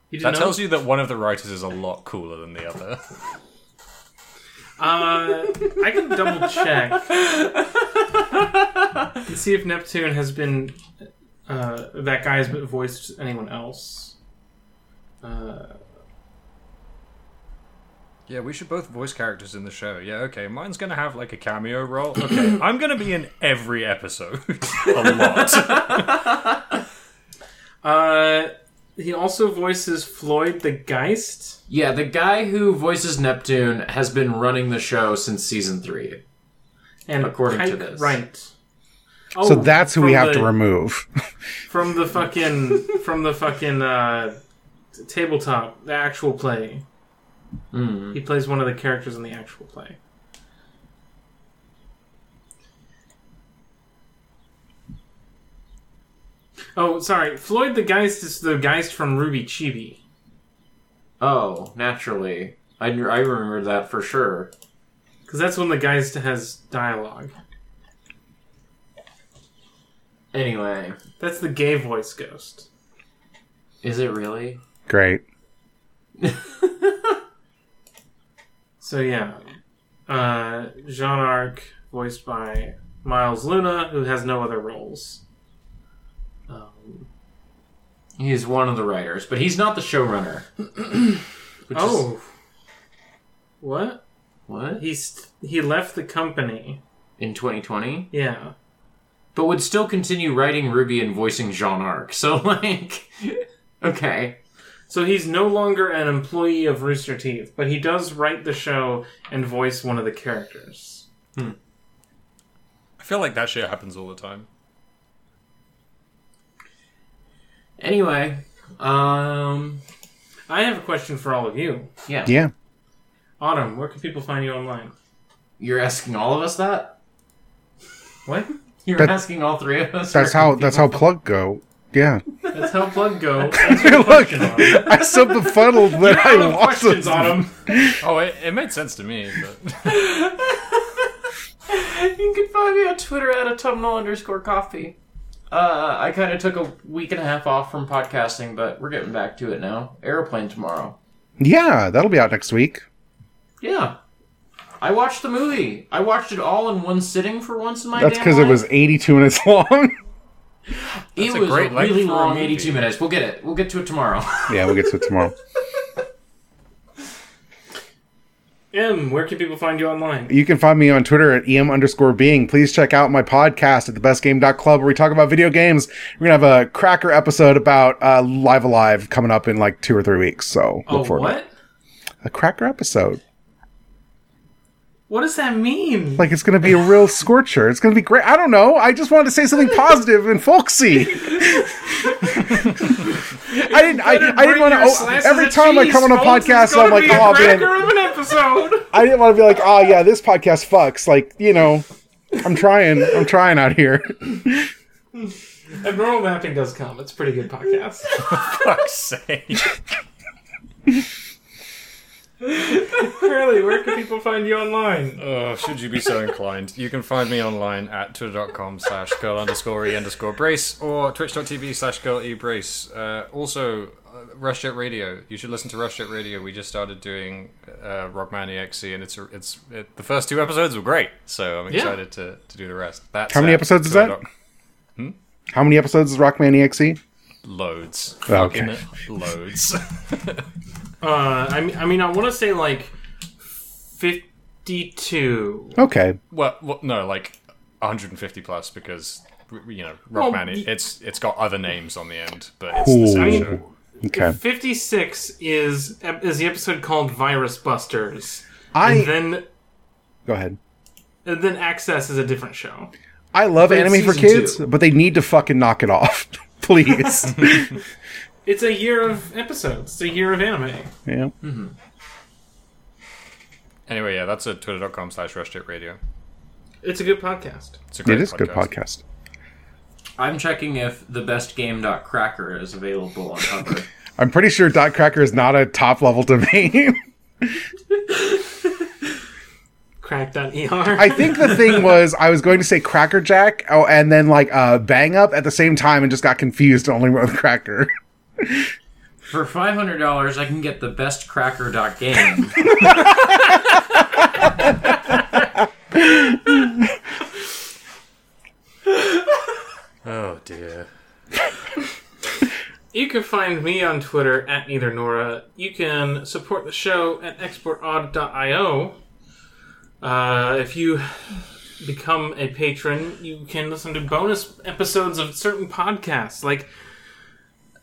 Speaker 2: You didn't
Speaker 3: That
Speaker 2: know?
Speaker 3: tells you that one of the writers is a lot cooler than the other. <laughs>
Speaker 2: Uh, I can double
Speaker 3: <laughs>
Speaker 2: check and see if Neptune has been uh, that guy has been voiced anyone else. Uh,
Speaker 3: Yeah, we should both voice characters in the show. Yeah, okay. Mine's gonna have like a cameo role. <clears throat> Okay, I'm gonna be in every episode. <laughs> a lot.
Speaker 2: uh, he also voices Floyd the Geist.
Speaker 1: Yeah, the guy who voices Neptune has been running the show since season three.
Speaker 2: And
Speaker 1: According to
Speaker 2: Pike
Speaker 1: this.
Speaker 2: right? Oh,
Speaker 4: So that's who we
Speaker 2: from
Speaker 4: have
Speaker 2: the-
Speaker 4: to remove. <laughs>
Speaker 2: from the fucking from the fucking uh, t- tabletop, the actual play. He plays one of the characters in the actual play. Oh, sorry. Floyd the Geist is the Geist from Ruby Chibi.
Speaker 1: Oh, naturally. I, I remember that for sure.
Speaker 2: Because that's when the Geist has dialogue.
Speaker 1: Anyway,
Speaker 2: That's the gay voice ghost.
Speaker 1: is it really?
Speaker 4: Great.
Speaker 2: So, yeah. Uh, Jean Arc, voiced by Miles Luna, who has no other roles. Um,
Speaker 1: <laughs> He's one of the writers, but he's not the <clears throat> showrunner. Which is-
Speaker 2: Oh. What?
Speaker 1: what?
Speaker 2: He's he left the company.
Speaker 1: In 2020?
Speaker 2: Yeah.
Speaker 1: but would still continue writing Ruby and voicing Jean Arc. <laughs> So, like, okay.
Speaker 2: So he's no longer an employee of Rooster Teeth, but he does write the show and voice one of the characters.
Speaker 3: I feel like that shit happens all the time.
Speaker 1: Anyway, um,
Speaker 2: I have a question for all of you.
Speaker 1: yeah.
Speaker 4: Yeah.
Speaker 2: Autumn, where can people find you online?
Speaker 1: You're asking all of us that?
Speaker 2: What?
Speaker 1: You're
Speaker 4: That-
Speaker 1: asking all three of us?
Speaker 4: That's how that's how plug go. Yeah. <laughs>
Speaker 2: That's how plug go.
Speaker 4: Look,
Speaker 2: Autumn.
Speaker 4: I'm so befuddled that I
Speaker 2: Autumn
Speaker 4: lost
Speaker 2: questions,
Speaker 4: it.
Speaker 2: Autumn.
Speaker 3: <laughs> Oh, it, it made sense to me. But
Speaker 1: <laughs>
Speaker 3: <laughs>
Speaker 1: You can find me on Twitter at autumnal underscore coffee. Uh, I kind of took a week and a half off from podcasting, but we're getting back to it now. Aeroplane tomorrow.
Speaker 4: Yeah, that'll be out next week.
Speaker 1: Yeah. I watched the movie. I watched it all in one sitting for once in my
Speaker 4: That's
Speaker 1: damn
Speaker 4: because it
Speaker 1: life.
Speaker 4: was 82 minutes <laughs> long.
Speaker 1: It
Speaker 3: a
Speaker 1: was
Speaker 3: great
Speaker 1: a
Speaker 3: length
Speaker 1: really
Speaker 3: for a
Speaker 1: long
Speaker 3: movie.
Speaker 1: 82 minutes. We'll get it. We'll get to it
Speaker 4: <laughs>
Speaker 1: tomorrow.
Speaker 4: yeah, we'll get to it tomorrow.
Speaker 2: M, where can people find you online?
Speaker 4: You can find me on Twitter at em underscore being. Please check out my podcast at thebestgame.club where we talk about video games. We're going to have a cracker episode about uh, Live Alive coming up in like two or three weeks.
Speaker 1: <laughs>
Speaker 4: So look
Speaker 1: oh,
Speaker 4: forward to it.
Speaker 1: what?
Speaker 4: A cracker episode.
Speaker 2: What does that mean?
Speaker 4: Like it's going to be a real scorcher. It's going to be great. I don't know. I just wanted to
Speaker 1: <laughs>
Speaker 4: say something positive and folksy. I didn't. I, I didn't want to. Oh, every time I come on a podcast, I'm like, oh man,
Speaker 2: of an episode.
Speaker 4: I didn't want to be like, oh yeah, this podcast fucks. Like you know, I'm trying. I'm trying out
Speaker 2: <laughs>
Speaker 4: here. <clears throat>
Speaker 2: Abnormal mapping does come. It's a pretty <laughs> good podcast.
Speaker 3: fuck's sake.
Speaker 2: Curly, where can people find you online?
Speaker 3: Oh, should you be so inclined, you can find me online at twitter.com slash girl underscore e underscore brace or twitch.tv slash girl e brace. Uh, also, uh, Rush Jet Radio. You should listen to Rush Jet Radio. We just started doing uh, Rockman EXE, and it's it's it, the first two episodes were great, so I'm excited to, to do the rest. That's
Speaker 4: How many
Speaker 3: at
Speaker 4: episodes is that?
Speaker 3: twitter dot-
Speaker 4: How many episodes is Rockman E EXE?
Speaker 3: Loads.
Speaker 4: Okay.
Speaker 3: Fucking Loads. <laughs>
Speaker 2: Uh, I mean, I mean, I want to say like fifty-two.
Speaker 4: Okay.
Speaker 3: well, well, no, like 150 plus because. You know, Rockman.
Speaker 2: y-
Speaker 3: it, it's it's got other names on the end, but it's the
Speaker 4: Cool.
Speaker 3: same
Speaker 2: mean-
Speaker 3: show.
Speaker 4: Okay.
Speaker 2: Fifty-six is is the episode called Virus Busters, and
Speaker 4: I
Speaker 2: then
Speaker 4: go ahead.
Speaker 2: and then Access is a different show.
Speaker 4: I love
Speaker 1: But it's
Speaker 4: anime for
Speaker 1: season
Speaker 4: kids,
Speaker 1: two.
Speaker 4: but they need to fucking knock it off, <laughs>
Speaker 1: <laughs>
Speaker 4: please.
Speaker 2: It's a year of episodes. It's a year of anime.
Speaker 4: yeah.
Speaker 3: Anyway, yeah, that's at twitter.com slash rushjet radio.
Speaker 2: It's a good podcast.
Speaker 3: It's a great
Speaker 4: It is a good podcast.
Speaker 1: I'm checking if the best game.cracker is available on Hover.
Speaker 4: I'm pretty sure Dot Cracker is not a top level domain.
Speaker 2: Crack.er.
Speaker 4: <laughs>
Speaker 2: <laughs>
Speaker 4: I think the thing was I was going to say Cracker Jack, oh, and then like uh, Bang Up at the same time, and just got confused. and Only wrote Cracker.
Speaker 1: For five hundred dollars, I can get the best cracker dot <laughs> game.
Speaker 3: Oh, dear.
Speaker 2: You can find me on Twitter at neither Nora. You can support the show at exportaud.io. Uh, if you become a patron, you can listen to bonus episodes of certain podcasts like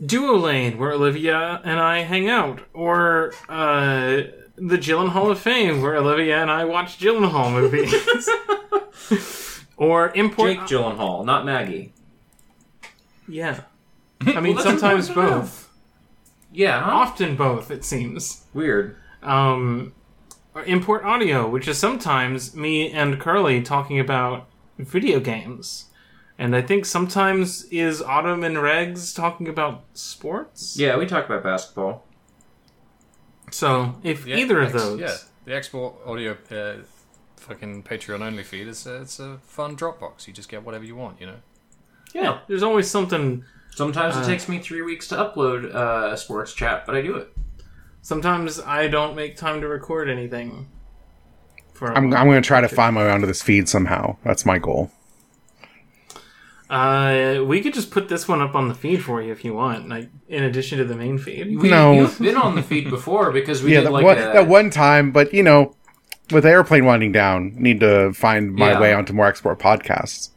Speaker 2: Duo Lane, where Olivia and I hang out, or uh, the Gyllenhaal of Fame, where Olivia and I watch Gyllenhaal movies, <laughs> or import.
Speaker 1: Jake Gyllenhaal, not Maggie.
Speaker 2: Yeah, I mean
Speaker 1: <laughs> Well, that's
Speaker 2: sometimes
Speaker 1: important to
Speaker 2: both,
Speaker 1: Yeah, huh?
Speaker 2: often both. It seems.
Speaker 1: weird.
Speaker 2: um, or import audio, which is sometimes me and Curly talking about video games. And I think sometimes is Autumn and Regs talking about sports.
Speaker 1: Yeah, we talk about basketball.
Speaker 2: So if either of those,
Speaker 3: Yeah, the export audio uh, fucking Patreon only feed is a, it's a fun Dropbox. You just get whatever you want, you know?
Speaker 1: Yeah. Uh.
Speaker 2: there's always something.
Speaker 1: Sometimes it takes me three weeks to upload uh, a sports chat, but I do it.
Speaker 2: Sometimes I don't make time to record anything. For
Speaker 4: I'm, I'm going to try to find my way onto this feed somehow. That's my goal.
Speaker 2: uh, we could just put this one up on the feed for you if you want, like in addition to the main feed.
Speaker 1: We,
Speaker 4: No.
Speaker 1: you've been on <laughs> the feed before because we
Speaker 4: Yeah,
Speaker 1: did
Speaker 4: that,
Speaker 1: like
Speaker 4: one,
Speaker 1: a,
Speaker 4: that one time, but you know, with the airplane winding down, need to find my
Speaker 1: Yeah.
Speaker 4: way onto more export podcasts.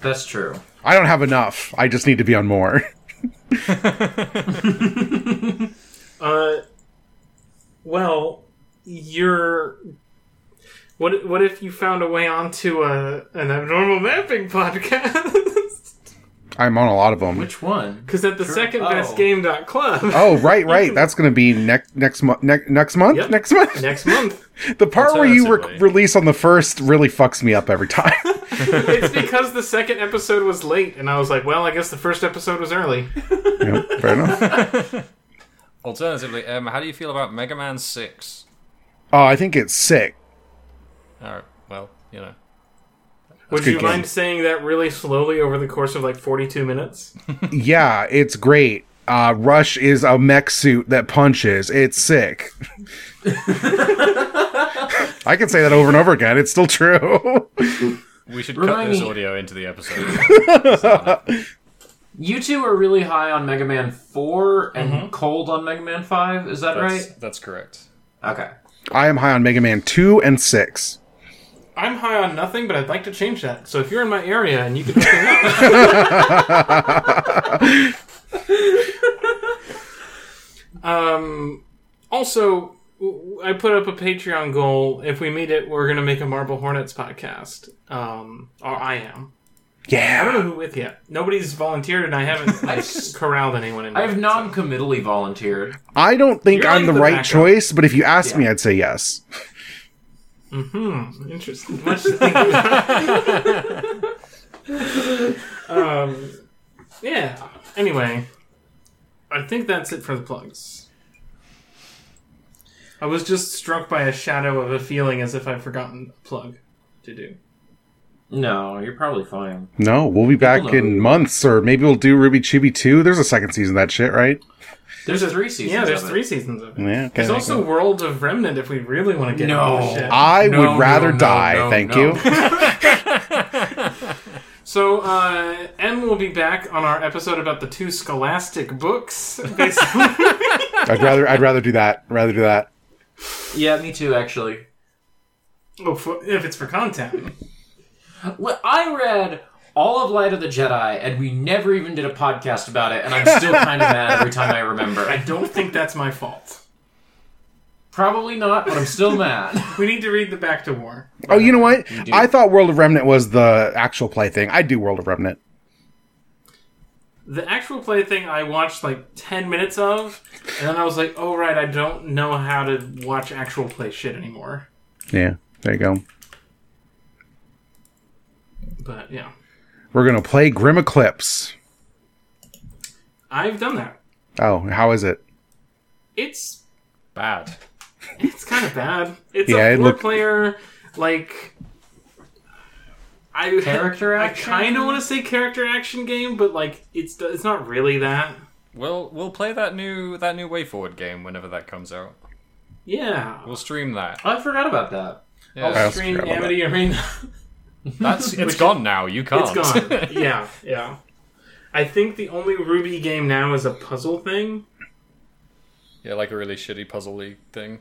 Speaker 1: That's true.
Speaker 4: I don't have enough. I just need to be on more. <laughs>
Speaker 2: Uh, well, you're. What what if you found a way onto a an abnormal mapping podcast? <laughs>
Speaker 4: I'm on a lot of them.
Speaker 1: Which one?
Speaker 2: Because at the second best
Speaker 1: Oh.
Speaker 2: game dot club
Speaker 4: oh, right, right. That's going to be next next month. Ne- next month.
Speaker 2: Yep.
Speaker 4: Next
Speaker 2: <laughs>
Speaker 4: month.
Speaker 2: next
Speaker 4: <laughs>
Speaker 2: month,
Speaker 4: the part where you re-
Speaker 3: Alternatively.
Speaker 4: release on the first really fucks me up every time. <laughs>
Speaker 2: it's because the second episode was late, and I was like, well, I guess the first episode was early.
Speaker 4: Yep,
Speaker 1: <laughs>
Speaker 4: fair enough.
Speaker 3: Alternatively, um, how do you feel about Mega Man Six?
Speaker 4: Oh, I think it's sick.
Speaker 3: Oh, well, you know.
Speaker 2: Would
Speaker 4: good
Speaker 2: you
Speaker 4: game.
Speaker 2: mind saying that really slowly over the course of like forty two minutes?
Speaker 4: Yeah, it's great. Uh, Rush is a mech suit that punches.
Speaker 1: <laughs>
Speaker 4: It's sick. I can say that over and over again. It's still true. <laughs>
Speaker 3: We should cut
Speaker 1: Remind
Speaker 3: this
Speaker 1: me-
Speaker 3: audio into the episode.
Speaker 2: <laughs>
Speaker 1: You two are really high on Mega Man 4 and cold on Mega Man 5. Is that
Speaker 3: That's, that's correct.
Speaker 1: right? Okay.
Speaker 4: I am high on Mega Man 2 and 6.
Speaker 2: I'm high on nothing, but I'd like to change that. So if you're in my area and you can hook me up. um, also, w- I put up a Patreon goal. If we meet it, we're going to make a Marble Hornets podcast. Um, or I am. I
Speaker 4: Yeah.
Speaker 2: don't know who with yet. Nobody's volunteered, and I haven't like, corralled anyone. Into
Speaker 1: I have
Speaker 2: it,
Speaker 1: non committally volunteered.
Speaker 4: I don't think
Speaker 2: You're
Speaker 4: I'm
Speaker 2: like
Speaker 4: the
Speaker 2: the
Speaker 4: right
Speaker 2: backup.
Speaker 4: choice, but if you asked me,
Speaker 1: Yeah.
Speaker 4: I'd say yes.
Speaker 2: Hmm,
Speaker 1: <laughs>
Speaker 2: interesting. Much to think about. <laughs> um, yeah. Anyway, I think that's it for the plugs. I was just struck by a shadow of a feeling as if I'd forgotten a plug to do.
Speaker 1: No, you're probably fine.
Speaker 4: No, we'll be back
Speaker 1: know
Speaker 4: in
Speaker 1: who-
Speaker 4: months, or maybe we'll do Ruby Chibi 2. There's a second season of that shit, right?
Speaker 1: There's three seasons.
Speaker 2: Yeah, there's
Speaker 1: of it.
Speaker 2: three seasons of it.
Speaker 4: Yeah. okay,
Speaker 2: There's
Speaker 4: there you
Speaker 2: also
Speaker 4: go.
Speaker 2: World of Remnant if we really want to get
Speaker 1: No.
Speaker 2: into this shit.
Speaker 4: I
Speaker 1: No,
Speaker 4: would rather
Speaker 1: no, no,
Speaker 4: die,
Speaker 1: no,
Speaker 4: thank
Speaker 1: no.
Speaker 4: you.
Speaker 2: So, uh, M will be back on our episode about the two scholastic books. Based on-
Speaker 1: <laughs>
Speaker 4: I'd rather I'd rather do that. Rather do that.
Speaker 1: Yeah, me too, actually.
Speaker 2: Oh, for- if it's for content.
Speaker 1: Well, I read all of Light of the Jedi, and we never even did a podcast about it, and I'm still kind of mad every time I
Speaker 2: I
Speaker 1: remember.
Speaker 2: don't think that's my fault.
Speaker 1: Probably not, but I'm still mad.
Speaker 2: We need to read the Back to War.
Speaker 4: Oh, you know what? I thought World of Remnant was the actual play thing. I do World of Remnant.
Speaker 2: The actual play thing I watched like 10 minutes of, and then I was like, oh, right, I don't know how to watch actual play shit anymore.
Speaker 4: Yeah, there you go.
Speaker 2: But yeah,
Speaker 4: We're gonna play Grim Eclipse.
Speaker 2: I've done that.
Speaker 4: Oh, how is it?
Speaker 2: It's
Speaker 3: Bad.
Speaker 2: it's kind of bad. It's
Speaker 4: Yeah,
Speaker 2: a
Speaker 4: it
Speaker 2: four
Speaker 4: looked-
Speaker 2: player, like. I, <laughs>
Speaker 1: Character action?
Speaker 2: I kind of want to say character action game, but like it's it's not really that.
Speaker 3: We'll we'll play that new that new Way Forward game whenever that comes out.
Speaker 2: Yeah,
Speaker 3: We'll stream that.
Speaker 1: I forgot about that.
Speaker 3: Yeah.
Speaker 4: also
Speaker 2: stream
Speaker 4: forgot about
Speaker 2: Amity Arena. <laughs>
Speaker 3: That's it's gone now. You can't.
Speaker 2: It's gone. <laughs> yeah, yeah. I think the only Ruby game now is a puzzle thing.
Speaker 3: <laughs> yeah, like a really shitty puzzle league thing.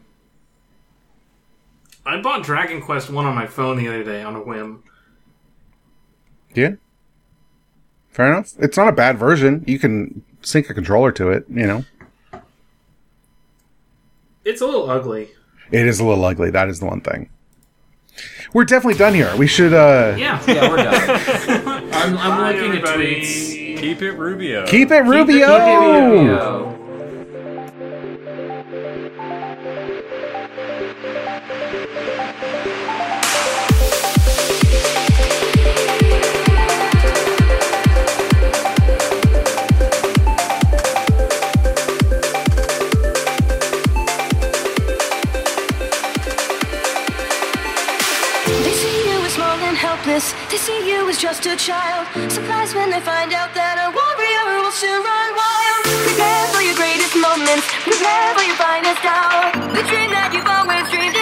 Speaker 2: I bought Dragon Quest One on my phone the other day on a whim.
Speaker 4: Yeah. Fair enough. It's not a bad version. You can sync a controller to it. You know,
Speaker 2: It's a little ugly.
Speaker 4: it is a little ugly. That is the one thing. We're definitely done here. We should uh
Speaker 2: <laughs> Yeah.
Speaker 1: Yeah, we're done.
Speaker 2: <laughs>
Speaker 1: I'm, I'm
Speaker 2: Bye,
Speaker 1: looking
Speaker 2: everybody.
Speaker 1: at tweets.
Speaker 3: Keep it Rubio.
Speaker 4: keep it Rubio.
Speaker 1: Yo.
Speaker 5: They see you as small and helpless. They see you as just a child. Surprised when they find out that a warrior will soon run wild. Prepare for your greatest moments. Prepare for your finest hour. The dream that you've always dreamed is